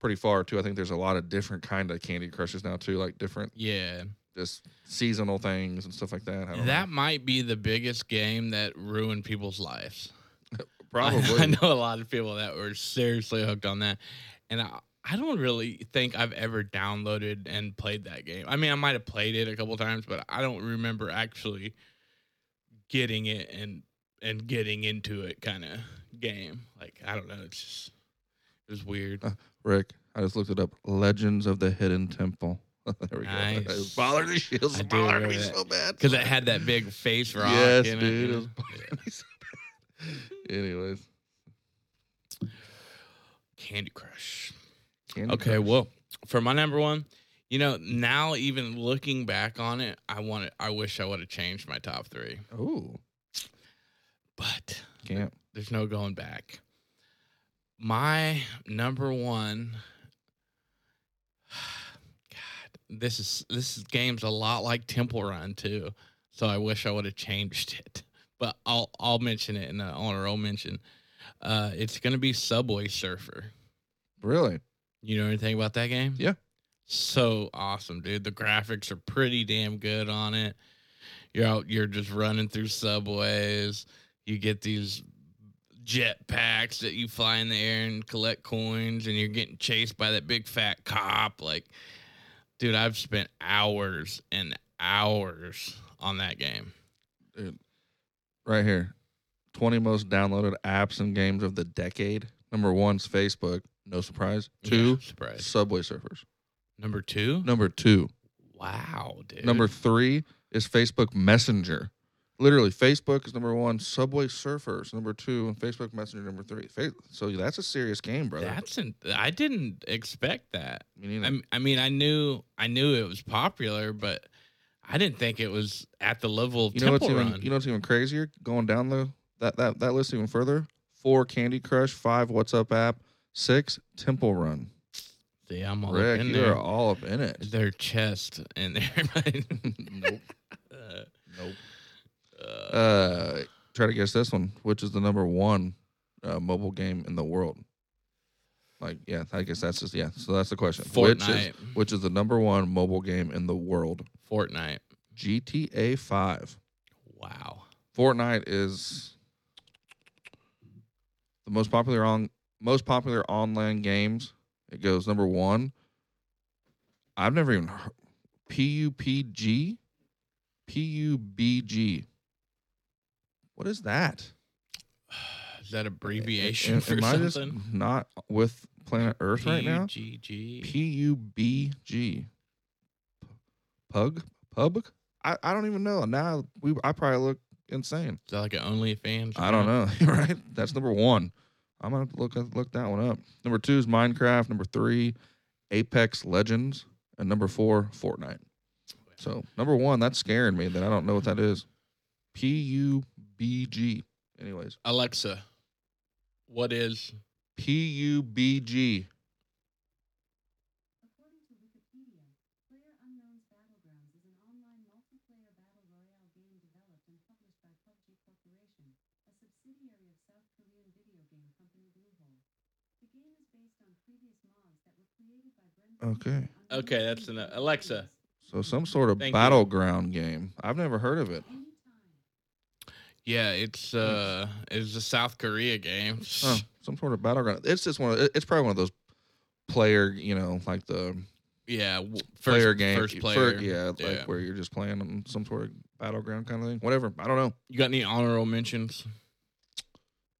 pretty far too. I think there's a lot of different kind of Candy Crushes now too, like different Yeah. just seasonal things and stuff like that. I don't That know. might be the biggest game that ruined people's lives. I- probably I, know a lot of people that were seriously hooked on that. And I, I don't really think I've ever downloaded and played that game. I mean, I might have played it a couple times, but I don't remember actually getting it and and getting into it kind of game. Like I don't know, it's just it was weird. Rick, I just looked it up. Legends of the Hidden Temple. there we go. Nice. It bothered me. It was I do bothering me remember that. so bad. Because it had that big face rock. Yes, in it, dude. you It know? was bothering me so bad. Anyways. Candy Crush. Candy Okay, Crush. well, for my number one, you know, now even looking back on it, I want to, I wish I would have changed my top three, Ooh. but Can't. there's no going back. My number one, God, this is this is game's a lot like Temple Run too, so I wish I would have changed it, but I'll I'll mention it in the honor I'll mention. Uh, it's gonna be Subway Surfer. Really? You know anything about that game? Yeah. So awesome, dude. The graphics are pretty damn good on it. You're out, you're just running through subways. You get these jet packs that you fly in the air and collect coins, and you're getting chased by that big fat cop. Like, dude, I've spent hours and hours on that game. Dude. Right here. 20 most downloaded apps and games of the decade. Number one's Facebook. No surprise. Two, Yeah, surprise. Subway Surfers. Number two. Number two. Wow, dude. Number three is Facebook Messenger. Literally, Facebook is number one. Subway Surfers number two, and Facebook Messenger number three. Fa- So that's a serious game, brother. That's an, I didn't expect that. Me neither. I, m- I mean, I knew I knew it was popular, but I didn't think it was at the level of you know what's Temple even Run. you know what's even crazier? Going down the that that that list even further. Four Candy Crush, five What's Up app, six Temple Run. See, I'm all up Rick, in you there. are all up in it. Their chest in there. nope, Uh, nope. uh, Uh, try to guess this one, which is the number one uh, mobile game in the world. Like, yeah, I guess that's just yeah. So that's the question. Which is Fortnite. which is the number one mobile game in the world. Fortnite. GTA 5. Wow. Fortnite is the most popular on most popular online games. It goes number 1. I've never even heard PUBG PUBG. What is that? Is that abbreviation Am- for am I just something? not with planet Earth right now? PGG. P U B G. Pug? Pub? I, I don't even know. Now we I probably look insane. Is that like an OnlyFans? I don't account? know. right? That's number one. I'm gonna have to look look that one up. Number two is Minecraft. Number three, Apex Legends, and number four, Fortnite. So number one, that's scaring me that I don't know what that is. P U B G. Anyways, Alexa, what is? P U B G. According to Wikipedia, Player Unknown's Battlegrounds is an online multiplayer battle royale game developed and published by PUBG Corporation, a subsidiary of South Korean video game company Bluehole. The game is based on previous mods that were created by Brendan. Okay. Unger on Okay, many that's different enough. Alexa. games. So some sort of Thank you. battleground game. I've never heard of it. Anytime. Yeah, it's uh, it's a South Korea game. Huh, some sort of battleground. It's just one. Of, it- it's probably one of those player, you know, like the Yeah, w- first, player game, First fir- player. yeah, like Yeah. where you're just playing on some sort of battleground kind of thing. Whatever. I don't You got any honorable mentions?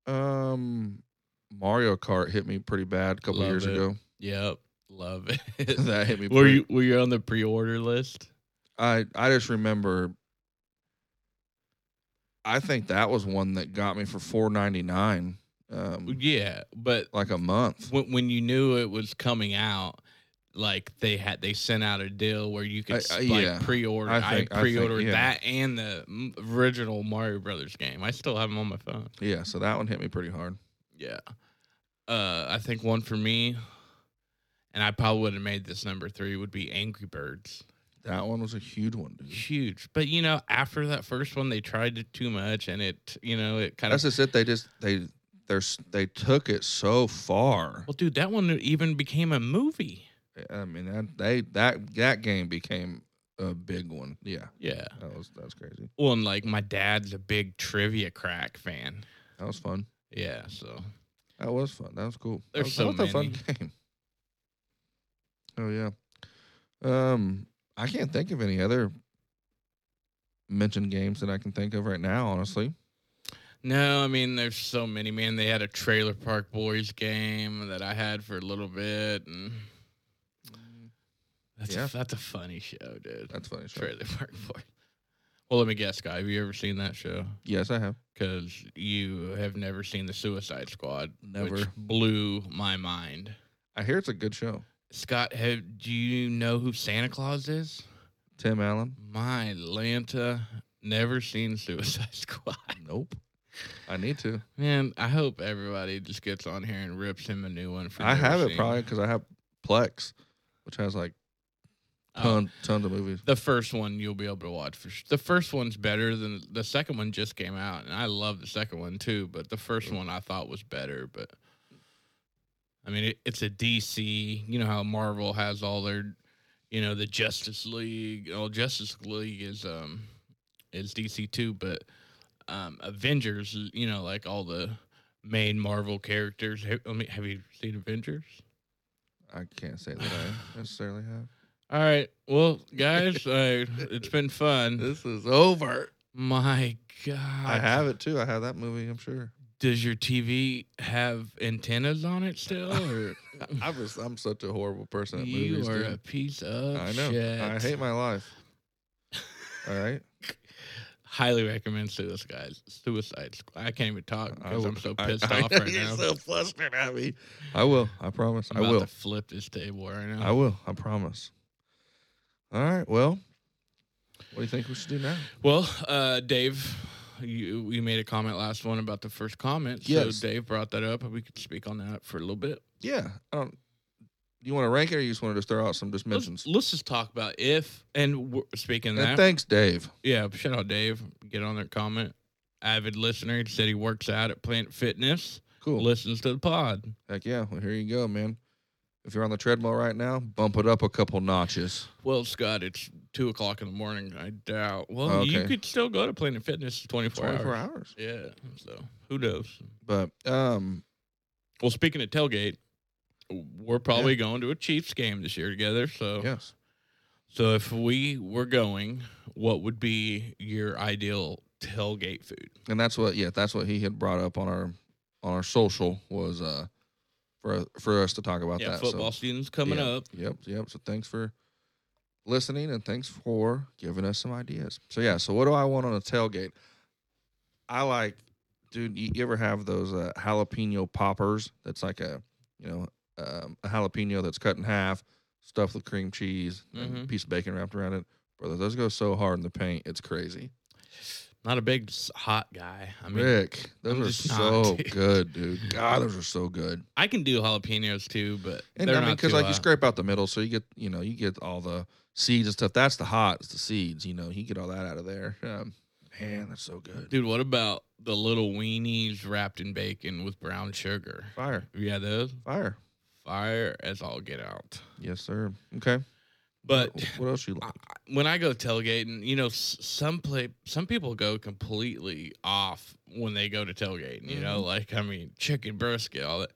know. Um, Mario Kart hit me pretty bad a couple Love years it. ago. Yep, love it. that hit me. were pretty- you were you on the pre-order list? I I just remember. I think that was one that got me for four ninety nine, um, Yeah, but like a month. when, when you knew it was coming out, like they had they sent out a deal where you could I- s- I- like yeah. pre-order. I I, think- I think, pre-ordered yeah. that and the m- original Mario Brothers game. I still have them on my phone. Yeah, so that one hit me pretty hard. Yeah, uh, I think one for me, and I probably would have made this number three would be Angry Birds. That one was a huge one, dude. Huge, but you know, after that first one, they tried it too much, and it you know it kind of That's just it. They just they they're s- they took it so far. Well, dude, that one even became a movie. I mean that they that that game became a big one. Yeah, Yeah. that was that was crazy. Well, and like my dad's a big trivia crack fan. That was fun. Yeah. So That was fun. That was cool. There's that was, so that was a many. fun game. Oh yeah. Um, I can't think of any other mentioned games that I can think of right now. Honestly, No, I mean there's so many. Man, they had a Trailer Park Boys game that I had for a little bit, and Mm. that's Yeah. a, that's a funny show, dude. that's funny. Sure. Trailer Park Boys. Well, let me guess, guy. Have you ever seen that show? Yes, I have. Because you have never seen the Suicide Squad, which Never. blew my mind. I hear it's a good show. Scott, have, do you know who Santa Claus is? Tim Allen. My Lanta, never seen Suicide Squad. Nope. I need to. Man, I hope everybody just gets on here and rips him a new one for. I never have it seeing probably because I have Plex, which has like Oh, ton, tons of movies. the first one you'll be able to watch. For sh- the first one's better than the second one just came out, and I love the second one too. But the first one I thought was better. But I mean, it, it's a DC. You know how Marvel has all their, you know, the Justice League. Well, Justice League is um is DC too, but um Avengers. You know, like all the main Marvel characters. Have, I mean, have you seen Avengers? I can't say that I necessarily have. All right, well, guys, uh, it's been fun. This is over. My God. I have it too. I have that movie. I'm sure. Does your TV have antennas on it still? Or I was. I'm such a horrible person at you movies. are dude. a piece of I know. shit. I hate my life. All right. Highly recommend Suicide guys. Suicide Squad. I can't even talk I because will- I'm so I- pissed I off know right you're now. so flustered at me. I will. I promise. I'm I about will. to flip this table right now. I will. I promise. All right. Well, what do you think we should do now? Well, uh, Dave, you you made a comment last one about the first comment. Yes. So Dave brought that up, and we could speak on that for a little bit. Yeah. I don't. Um, You want to rank it, or you just want to just throw out some just Let's, mentions? let's just talk about if and we're, speaking of that. And thanks, Dave. Yeah, shout out Dave. Get on there, comment. Avid listener. He said he works out at Planet Fitness, Cool. listens to the pod. Heck yeah. Well, here you go, man. If you're on the treadmill right now, bump it up a couple notches. Well, Scott, it's two o'clock in the morning. I doubt. Well, you Okay. could still go to Planet Fitness for 24, 24 hours. hours. Yeah. So who knows? But um, Well, speaking of tailgate, we're probably going to a Chiefs game this year together. So yes. so if we were going, what would be your ideal tailgate food? and that's what yeah that's what he had brought up on our on our social was uh for for us to talk about yeah, that So, football season's coming yeah. up. yep yep so thanks for listening and thanks for giving us some ideas so yeah so what do i want on a tailgate i like dude you, you ever have those uh, jalapeno poppers that's like a you know um, a jalapeno that's cut in half stuffed with cream cheese and a Mhm. piece of bacon wrapped around it brother those go so hard in the paint it's crazy Not a big s- hot guy. I mean, Rick, those I'm are just not, so dude. good, dude. God, those are so good. I can do jalapenos too, but And they're I mean, not too because like hot. you scrape out the middle, so you get you know you get all the seeds and stuff. That's the hot, it's the seeds. You know, you get all that out of there. Um, man, that's so good. dude. What about the little weenies wrapped in bacon with brown sugar? Fire, Yeah, those fire. fire as all get out. Yes, sir. Okay, But Wh- what else you like? when I go tailgating, you know, s- some play some people go completely off when they go to tailgating. You Mm-hmm. know, like I mean, chicken brisket, all that.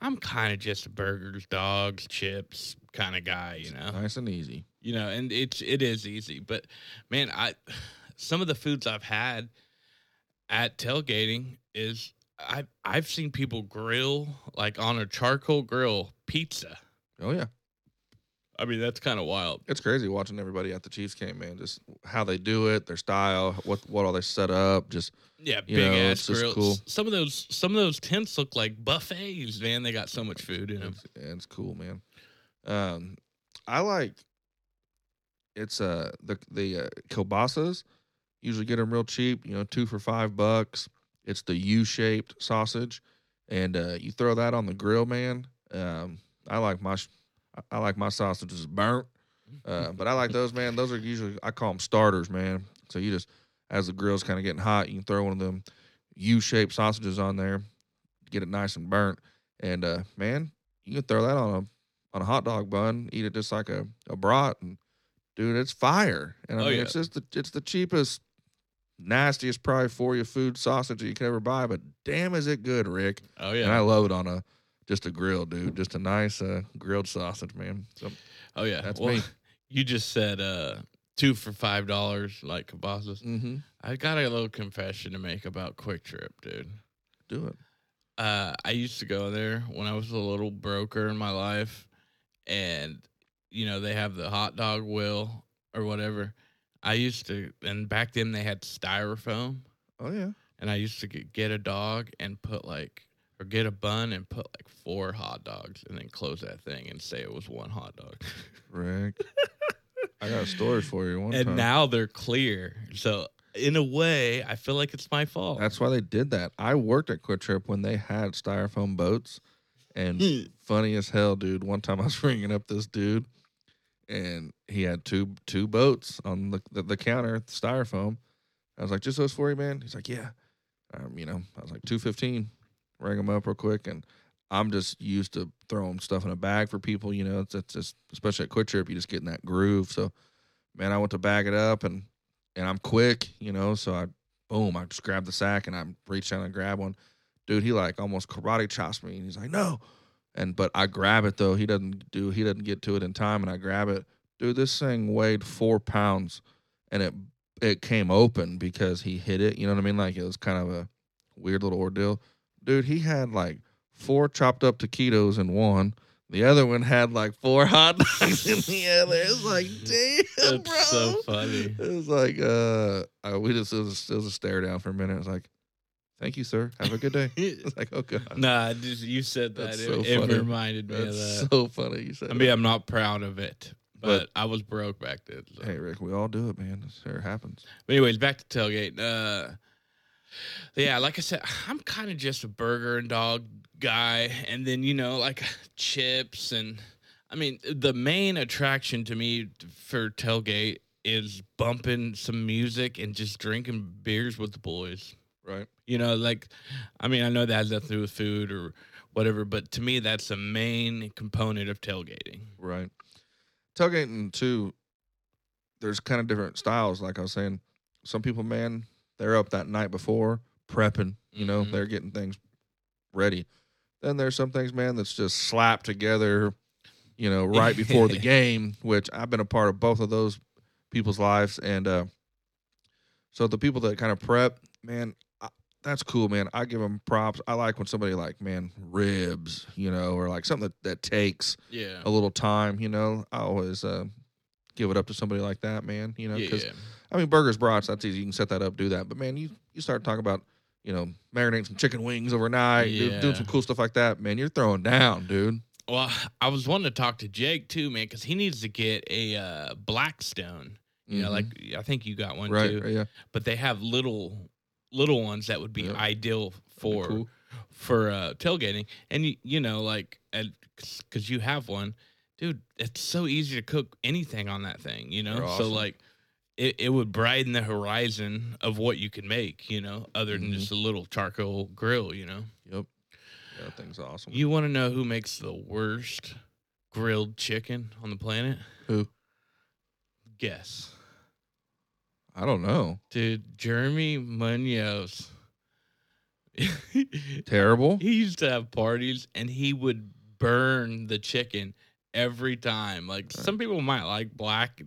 I'm kind of just a burgers, dogs, chips kind of guy. You know, Nice and easy. you know and it's it is easy but man i some of the foods i've had at tailgating is i i've seen people grill like on a charcoal grill pizza Oh yeah, i mean that's kind of wild it's crazy watching everybody at the Chiefs game, man. Just how they do it, their style, what what all they set up. Just yeah You big know, it's ass just grills cool. some of those some of those tents look like buffets man they got so much food in them It's, yeah, it's cool, man. Um, I like it's uh the the uh, kielbasa's. Usually get them real cheap, you know, two for five bucks. It's the U shaped sausage, and uh, you throw that on the grill, man. Um, I like my sh- I- I like my sausages burnt, uh, but I like those, man. Those are usually I call them starters, man. So you just as the grill's kind of getting hot, you can throw one of them U shaped sausages on there, get it nice and burnt, and uh, man, you can throw that on a on a hot dog bun, eat it just like a, a brat, and dude, it's fire. And I Oh, mean, yeah. it's just the it's the cheapest, nastiest probably for your food sausage that you could ever buy, but damn, is it good, Rick? oh And I yeah love it on a Just a grill, dude. Just a nice uh, grilled sausage, man. So Oh yeah, That's well, me. You just said uh, two for five dollars, like kibasas. mm-hmm. I got a little confession to make about Quick Trip, dude. do it. Uh, I used to go there when I was a little broker in my life, and you know they have the hot dog wheel or whatever. I used to, and back then they had styrofoam, Oh yeah. and I used to get, get a dog and put like, or get a bun and put like four hot dogs, and then close that thing and say it was one hot dog. Rick. I got a story for you one and time. now they're clear. So in a way, I feel like it's my fault. That's why they did that. I worked at Quick Trip when they had styrofoam boats, and Hmm. funny as hell, dude. One time I was ringing up this dude, and he had two two boats on the the, the counter, styrofoam. I was like, "Just those for you, man." He's like, "Yeah." Um, you know, I was like, 215. Ring him up real quick, and I'm just used to throwing stuff in a bag for people. You know, it's, it's just especially at Quick Trip, you just get in that groove. So, man, I went to bag it up, and and I'm quick, you know, so I boom, I just grabbed the sack and I reached down and grabbed one. Dude, he like almost karate chops me and he's like, no. And but I grab it though. He doesn't do he doesn't get to it in time and I grab it. Dude, this thing weighed four pounds and it it came open because he hit it. You know what I mean? Like it was kind of a weird little ordeal. Dude, he had like four chopped up taquitos in one. The other one had like four hot dogs in the other. It's like, damn, bro. That's so funny. It was like, uh, I, we just, it was, it was a stare down for a minute. It was like, thank you, sir. Have a good day. It's like, oh, God. nah, just you said that. That's it, so it funny. reminded me of That's that. so funny. You said, I mean, that. I'm not proud of it, but, But- I was broke back then. so. hey, Rick, we all do it, man. This here happens. But anyways, back to tailgate. Uh, yeah, like I said, I'm kind of just a burger and dog guy, and then you know, like chips and. I mean, the main attraction to me for tailgate is bumping some music and just drinking beers with the boys. Right. You know, like, I mean, I know that has nothing to do with food or whatever, but to me, that's the main component of tailgating. Right. Tailgating, too, there's kind of different styles. Like I was saying, some people, man, they're up that night before prepping, you know, Mhm. they're getting things ready. Then there's some things, man, that's just slapped together, you know, right before the game, which I've been a part of both of those people's lives. And uh, so the people that kind of prep, man, I, that's cool, man. I give them props. I like when somebody like, man, ribs, you know, or like something that, that takes Yeah. a little time, you know. I always uh, give it up to somebody like that, man. You know, yeah. because I mean, burgers, brats, that's easy. You can set that up, do that. But man, you you start talking about you know marinating some chicken wings overnight, do- Yeah. doing some cool stuff like that, man. You're throwing down, dude. Well, I was wanting to talk to Jake too, man, because he needs to get a uh, Blackstone. You know, Mhm. like I think you got one Mm-hmm. right, too. right, yeah, But they have little little ones that would be Yeah. ideal for cool. for uh, tailgating. And you, you know, like because you have one, dude, it's so easy to cook anything on that thing. You know, They're so awesome. like it, it would broaden the horizon of what you can make. You know, other than Mhm. just a little charcoal grill. You know. Yep, yeah, that thing's awesome. You want to know who makes the worst grilled chicken on the planet? Who? Guess. I don't know, Dude, Jeremy Munoz. he terrible. used to have parties and he would burn the chicken every time. Like Right. some people might like black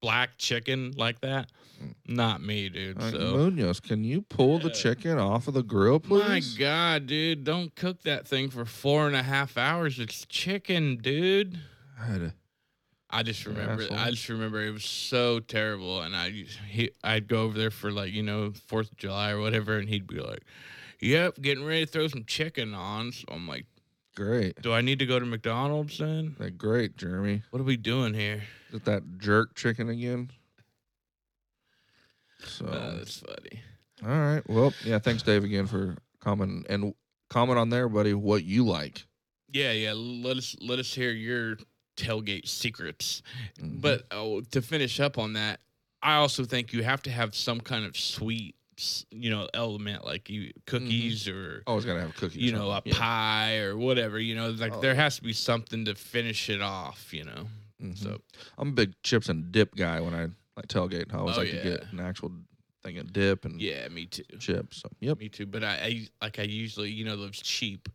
black chicken like that. Mm. Not me, dude. Like, so Munoz, can you pull the Yeah. chicken off of the grill, My please? God, dude, don't cook that thing for four and a half hours. It's chicken, dude. God. I just Yeah, remember. asshole. I just remember it was so terrible, and I he, I'd go over there for like you know Fourth of July or whatever, and he'd be like, "Yep, getting ready to throw some chicken on." So I'm like, Great, "Do I need to go to McDonald's then? Like, great, Jeremy. What are we doing here?" Is it that jerk chicken again? So Uh, that's funny. All right. Well, yeah. Thanks, Dave, again for comment and comment on there, buddy. What you like? Yeah, yeah. Let us let us hear your tailgate secrets. Mm-hmm. But oh, to finish up on that, I also think you have to have some kind of sweet, you know, element like you Mm-hmm. cookies or always gotta have cookies. you know, a Yeah. pie or whatever. You know, like Oh, there has to be something to finish it off. You know, Mhm. so I'm a big chips and dip guy when I like tailgate. I always Oh, like to get yeah. an actual thing of dip and yeah, me too, chips. So, yep. me too. But I, I like I usually, you know, those cheap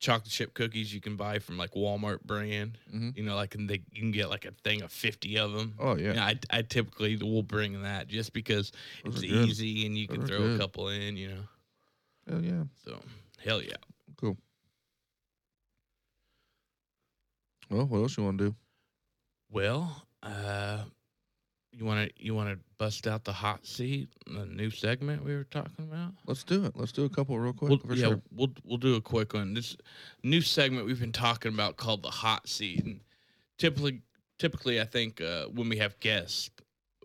chocolate chip cookies you can buy from like Walmart brand. Mhm. You know, like and they you can get like a thing of fifty of them. Oh yeah. Yeah, I, I typically will bring that just because Those it's are good. easy and you can Those are throw good. a couple in, you know. Hell yeah. So hell yeah. Cool. Well, what else you want to do? Well, uh, you want to you want to bust out the hot seat, the new segment we were talking about. Let's do it. Let's do a couple real quick. We'll, for yeah, sure. we'll we'll do a quick one. This new segment we've been talking about called the hot seat. And typically, typically, I think uh, when we have guests,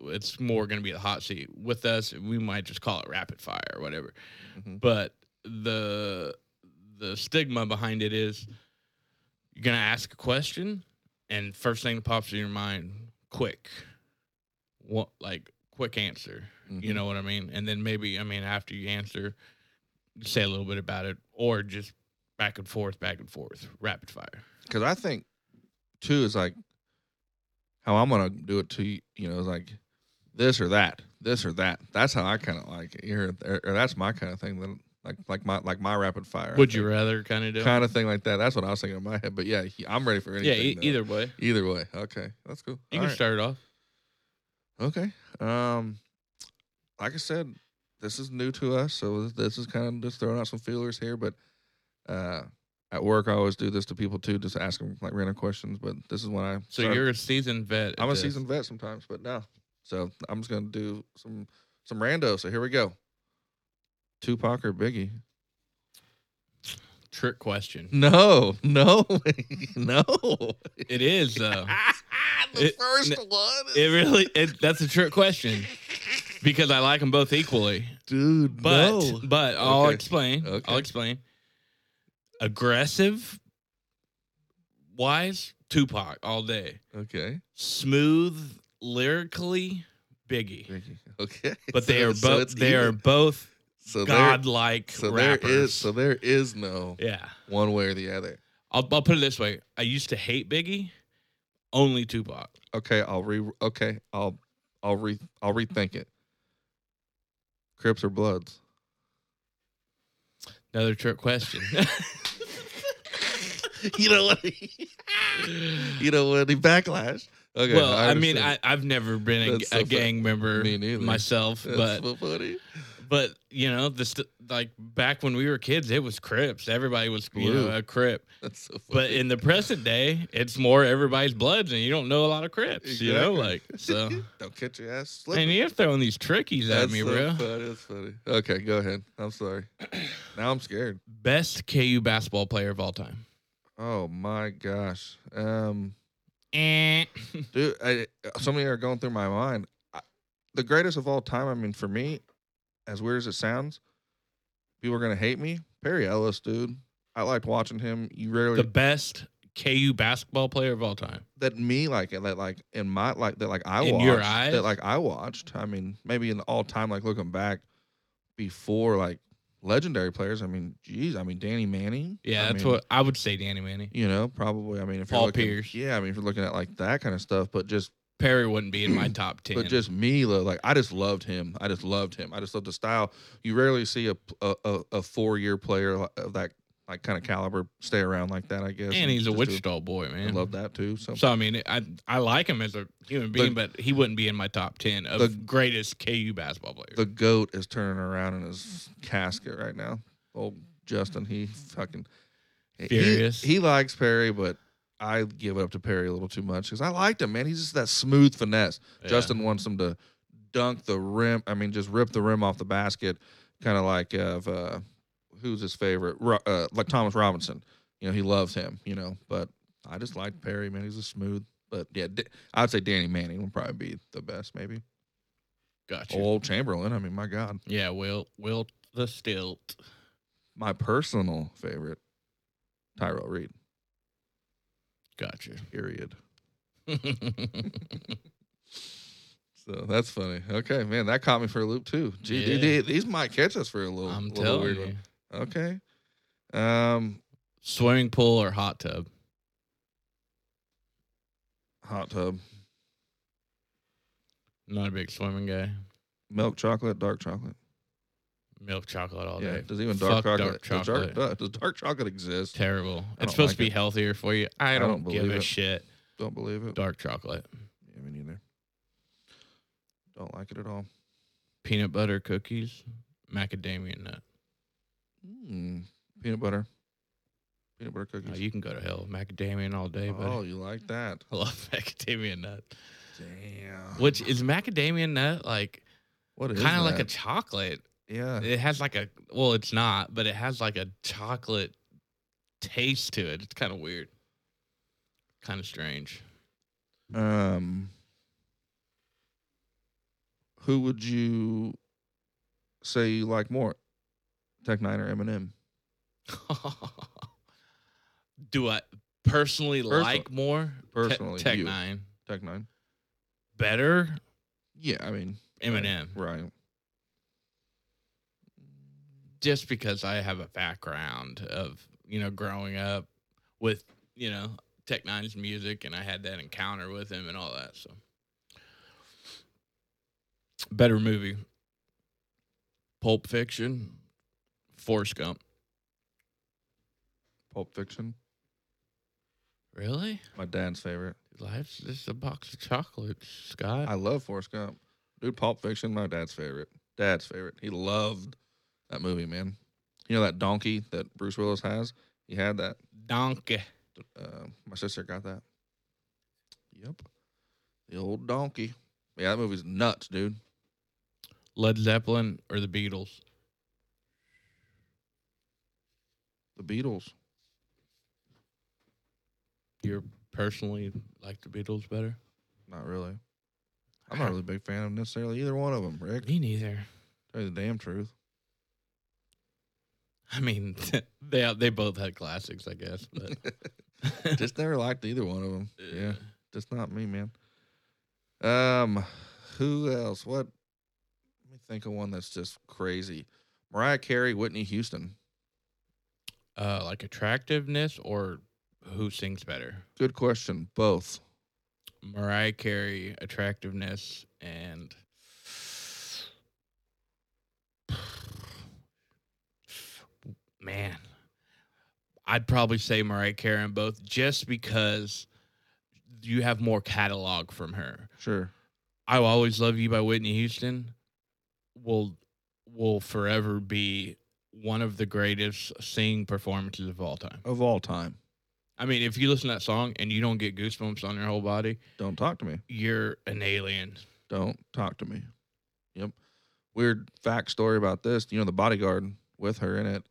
it's more going to be the hot seat with us. We might just call it rapid fire or whatever. Mhm. But the the stigma behind it is you're going to ask a question, and first thing that pops in your mind, quick, what like quick answer. You Mhm. know what I mean? And then maybe, I mean, after you answer, you say a little bit about it or just back and forth, back and forth, rapid fire. because I think too is like how I'm gonna do it to you. You know, is like this or that, this or that. That's how I kind of like it here, or, or that's my kind of thing. That like like my like my rapid fire. Would you rather kind of do? kind of thing like that? That's what I was thinking in my head. But yeah, he- I'm ready for yeah, anything. e- though. either way. either way. Okay, that's cool. You All can right. start it off. Okay. Um, like I said, this is new to us, so this- this is kind of just throwing out some feelers here. But uh, at work, I always do this to people too, just ask them like random questions. But this is when I So started- you're a seasoned vet. at I'm a this. seasoned vet sometimes, but no. So I'm just gonna do some some rando. So here we go. Tupac or Biggie? trick question. No, no, no. It is uh, though. the It- first n- one, it really. It, that's a trick question because I like them both equally. dude. But no. but I'll Okay. explain. Okay. I'll explain. Aggressive, wise, Tupac all day. okay, smooth lyrically Biggie. Biggie. Okay, But they So- are so both it's they are even. both so there- godlike So rappers. there is so there is no yeah. one way or the other. I'll, I'll put it this way. I used to hate Biggie, only Tupac. Okay, I'll re okay, I'll I'll re I'll rethink it. Crips or Bloods? Another trick question. you know what? you know what? The backlash. Okay. well, I, mean, I, understand. I've never been a, That's so a fu- gang member Me neither. myself, That's but so funny. but you know, the st- like back when we were kids, it was Crips. Everybody was you Blue. know, a Crip. That's so funny. But in the present day, it's more everybody's bloods, and you don't know a lot of Crips, you know, like Exactly. so. don't catch your ass slipping. And you're throwing these trickies at That's me, so bro. funny. That's funny. Okay, go ahead. I'm sorry. now I'm scared. Best KU basketball player of all time. Oh my gosh. Um. Eh. dude. I, so many are going through my mind. I, the greatest of all time. I mean, for me, as weird as it sounds, people are gonna hate me. Perry Ellis, dude. I liked watching him. You rarely the best KU basketball player of all time. that me like it that like in my like that like I In watched your eyes? that like I watched. I mean, maybe in all time like looking back before like legendary players. I mean, geez. I mean, Danny Manning. Yeah, I that's mean, what I would say, Danny Manning. you know. Probably. I mean, if Paul you're looking, Pierce. Yeah, I mean, if you're looking at like that kind of stuff, but just Perry wouldn't be in my top ten. But just me, though, like I just loved him. I just loved him. I just loved the style. You rarely see a a, a, a four year player li- of that like kind of caliber stay around like that. I guess. and he's a just Wichita boy, I man. love that too. So, So I mean, I I like him as a human being, but he wouldn't be in my top ten of the- greatest KU basketball players. the goat is turning around in his casket right now. Old Justin, he fucking he- Furious. He, likes Perry, but. I give it up to Perry a little too much because I liked him, man. He's just that smooth finesse. Yeah. Justin wants him to dunk the rim. I mean, just rip the rim off the basket, kind of like of uh, who's his favorite, Ro- uh, like Thomas Robinson. You know, he loves him. You know, but I just like Perry, man. He's a smooth. But yeah, D- I'd say Danny Manning would probably be the best, maybe. gotcha. Old Chamberlain. I mean, my God, Yeah, Will Will the Stilt. my personal favorite, Tyrell Reed. Gotcha. Period. So that's funny. Okay, man, that caught me for a loop too. Gee, dude, Yeah. the- these might catch us for a little. I'm little telling weird you, one. Okay. Um, swimming pool or hot tub. hot tub. Not a big swimming guy. Milk chocolate, dark chocolate. Milk chocolate all yeah. day. Does even Fuck dark dark chocolate, does chocolate. Dark, does dark chocolate exist? Terrible. don't It's supposed like to be it. healthier for you. I I don't, don't give believe a it. shit. Don't believe it. Dark chocolate, Yeah, me neither. Don't like it at all. peanut butter cookies, macadamia nut. Oh, Mm. Peanut butter. Peanut butter cookies. Oh, you can go to hell. Macadamia all day, buddy. oh, you like that? I love macadamia nut. Damn. Which is macadamia nut like What is kind of like a that? chocolate? yeah. It has like a well, it's not, but it has like a chocolate taste to it. It's kind of weird, kind of strange. Um, who would you say you like more, Tech Nine or Eminem? Do I personally Personal- like more Te- personally, Tech you. Nine Tech Nine. better? Yeah, I mean Eminem, Right. just because I have a background of you know growing up with you know Tech Nine's music, and I had that encounter with him and all that. So better movie, Pulp Fiction, Forrest Gump. Pulp Fiction. Really? My dad's favorite. Life's just a box of chocolates, Scott. I love Forrest Gump. Dude, Pulp Fiction. My dad's favorite. Dad's favorite. He loved that movie, man. You know that donkey that Bruce Willis has. He had that. Donkey. Uh, my sister got that. Yep. The old donkey. Yeah, that movie's nuts, dude. Led Zeppelin or the Beatles? The Beatles. You personally like the Beatles better? Not really. I'm not really a big fan of necessarily either one of them, Rick. Me neither. Tell you the damn truth. I mean, they they both had classics, I guess. But Just never liked either one of them. Yeah, just not me, man. Um, who else? What? Let me think of one that's just crazy. Mariah Carey, Whitney Houston. uh, like attractiveness or who sings better? Good question. Both. Mariah Carey, attractiveness, and man, I'd probably say Mariah Carey in both just because you have more catalog from her. Sure. I will always love you by Whitney Houston will will forever be one of the greatest singing performances of all time. Of all time. I mean, if you listen to that song and you don't get goosebumps on your whole body, Don't talk to me. you're an alien. Don't talk to me. Yep. Weird fact story about this. You know, the bodyguard with her in it.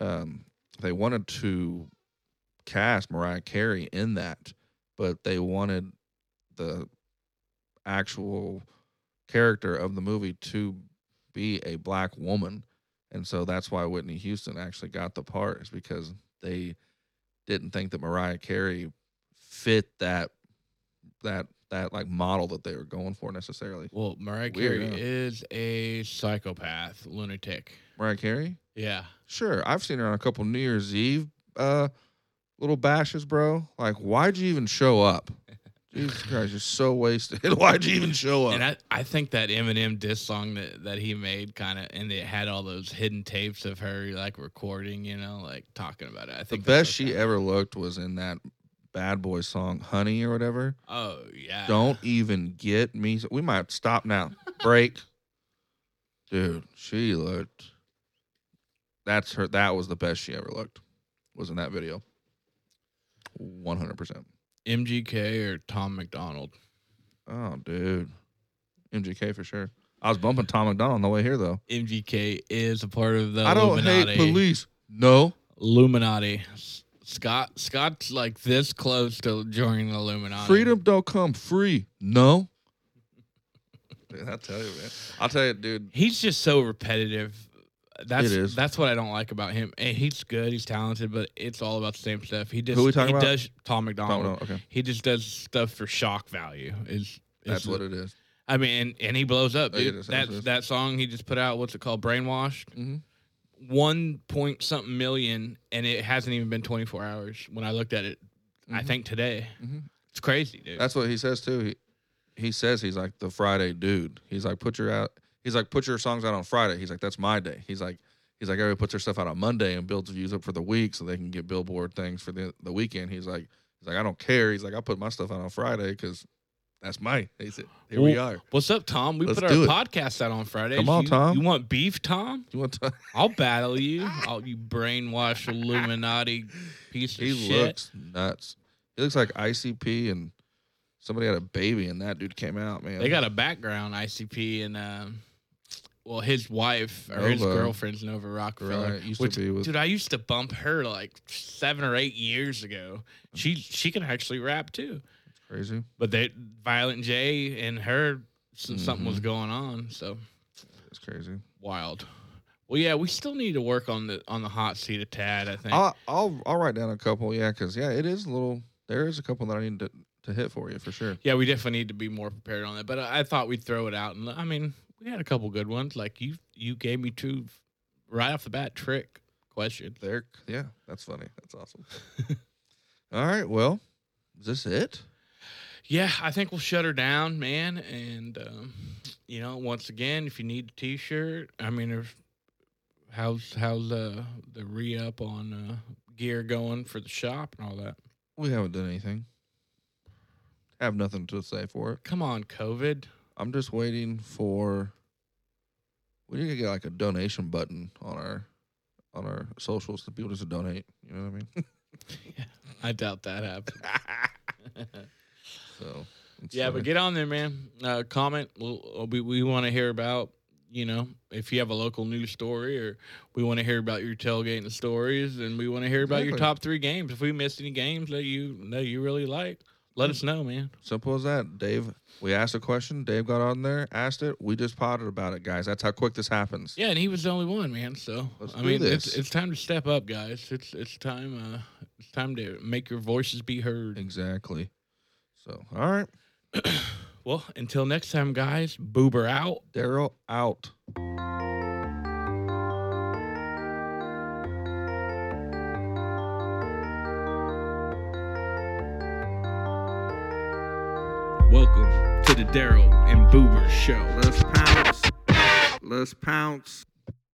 Um, they wanted to cast Mariah Carey in that, but they wanted the actual character of the movie to be a black woman. And so that's why Whitney Houston actually got the part, is because they didn't think that Mariah Carey fit that that that like model that they were going for necessarily. Well, Mariah Carey Weird, huh? is a psychopath, lunatic. Mariah Carey? Yeah. Sure, I've seen her on a couple New Year's Eve uh little bashes, bro. Like, why'd you even show up? Jesus Christ, you're so wasted. why'd you even show up? And I, I think that Eminem diss song that, that he made kind of, and it had all those hidden tapes of her like recording, you know, like talking about it. I the think that's best what she that- ever looked was in that bad boy song, Honey or whatever. Oh yeah. e-, Don't even get me. We might stop now. Break. Dude, she looked. That's her. That was the best she ever looked. Was in that video. One hundred percent. MGK or Tom McDonald. Oh, dude. MGK for sure. I was bumping Tom McDonald on the way here though. MGK is a part of the I don't Illuminati. hate police. No. Illuminati. S- Scott Scott's like this close to joining the Illuminati. Freedom don't come free. No. Dude, I tell you, man. I'll tell you, dude. He's just so repetitive. That's It is. that's what I don't like about him. And he's good, he's talented, but it's all about the same stuff. He just Who we talking he about? does Tom Tom McDonald. McDonald, okay. He just does stuff for shock value. Is is That's what it is. I mean, and, and he blows up, Oh, yeah, dude. that's- that that's- that song he just put out, what's it called? Brainwashed. Mhm. One point something million, and it hasn't even been 24 hours. When I looked at it, I Mhm. think today, Mhm. it's crazy, dude. That's what he says too. He he says he's like the Friday dude. He's like put your out. He's like, put your songs out on Friday. He's like, that's my day. He's like, he's like, everybody puts their stuff out on Monday and builds views up for the week so they can get billboard things for the the weekend. He's like, he's like, I don't care. He's like, I put my stuff out on Friday because that's my. He said, here we Well- are. What's up, Tom? We Let's put our do it. podcast out on Friday. Come on, you, Tom. You want beef, Tom? You want to? I'll battle you. I'll, you brainwash Illuminati piece of He shit. looks nuts. He looks like ICP and somebody had a baby and that dude came out, man. They got a background, ICP, and um, well, his wife or his Nova. girlfriend's Nova Rockefeller. Right, used to Which, be with- dude, I used to bump her like seven or eight years ago. She she can actually rap too, crazy. but they Violent J and her s- something was Mhm. going on. So It's crazy. wild. Well, yeah, we still need to work on the on the hot seat a tad. I think. I'll, I'll I'll write down a couple, yeah, because yeah, it is a little. There is a couple that I need to, to hit for you for sure. yeah, we definitely need to be more prepared on that. But I, I thought we'd throw it out, and I mean, we had a couple good ones. Like you, you gave me two right off the bat trick questions. There, yeah, that's funny. That's awesome. All right, well, is this it? yeah, I think we'll shut her down, man. And um, you know, once again, if you need a T-shirt, I mean, there's, how's how's uh, the re up on uh, gear going for the shop and all that? We haven't done anything. Have nothing to say for it. Come on, COVID. I'm just waiting for. We need to get like a donation button on our on our socials to people just to donate. You know what I mean? I doubt that happened. So it's yeah, but funny. get on there, man. Uh, comment. We'll, we we want to hear about you know if you have a local news story, or we want to hear about your tailgating stories, and we want to hear about your Exactly. top three games. If we missed any games that you that you really like, let us know, man. simple as that. Dave, we asked a question. Dave got on there, asked it. We just potted about it, guys. That's how quick this happens. Yeah, and he was the only one, man. So Let's I do mean, this. it's it's time to step up, guys. It's it's time uh it's time to make your voices be heard. Exactly. So all right, Well, until next time, guys. Boober out. Daryl out. Welcome to the Daryl and Boober Show. Let's pounce. Let's pounce.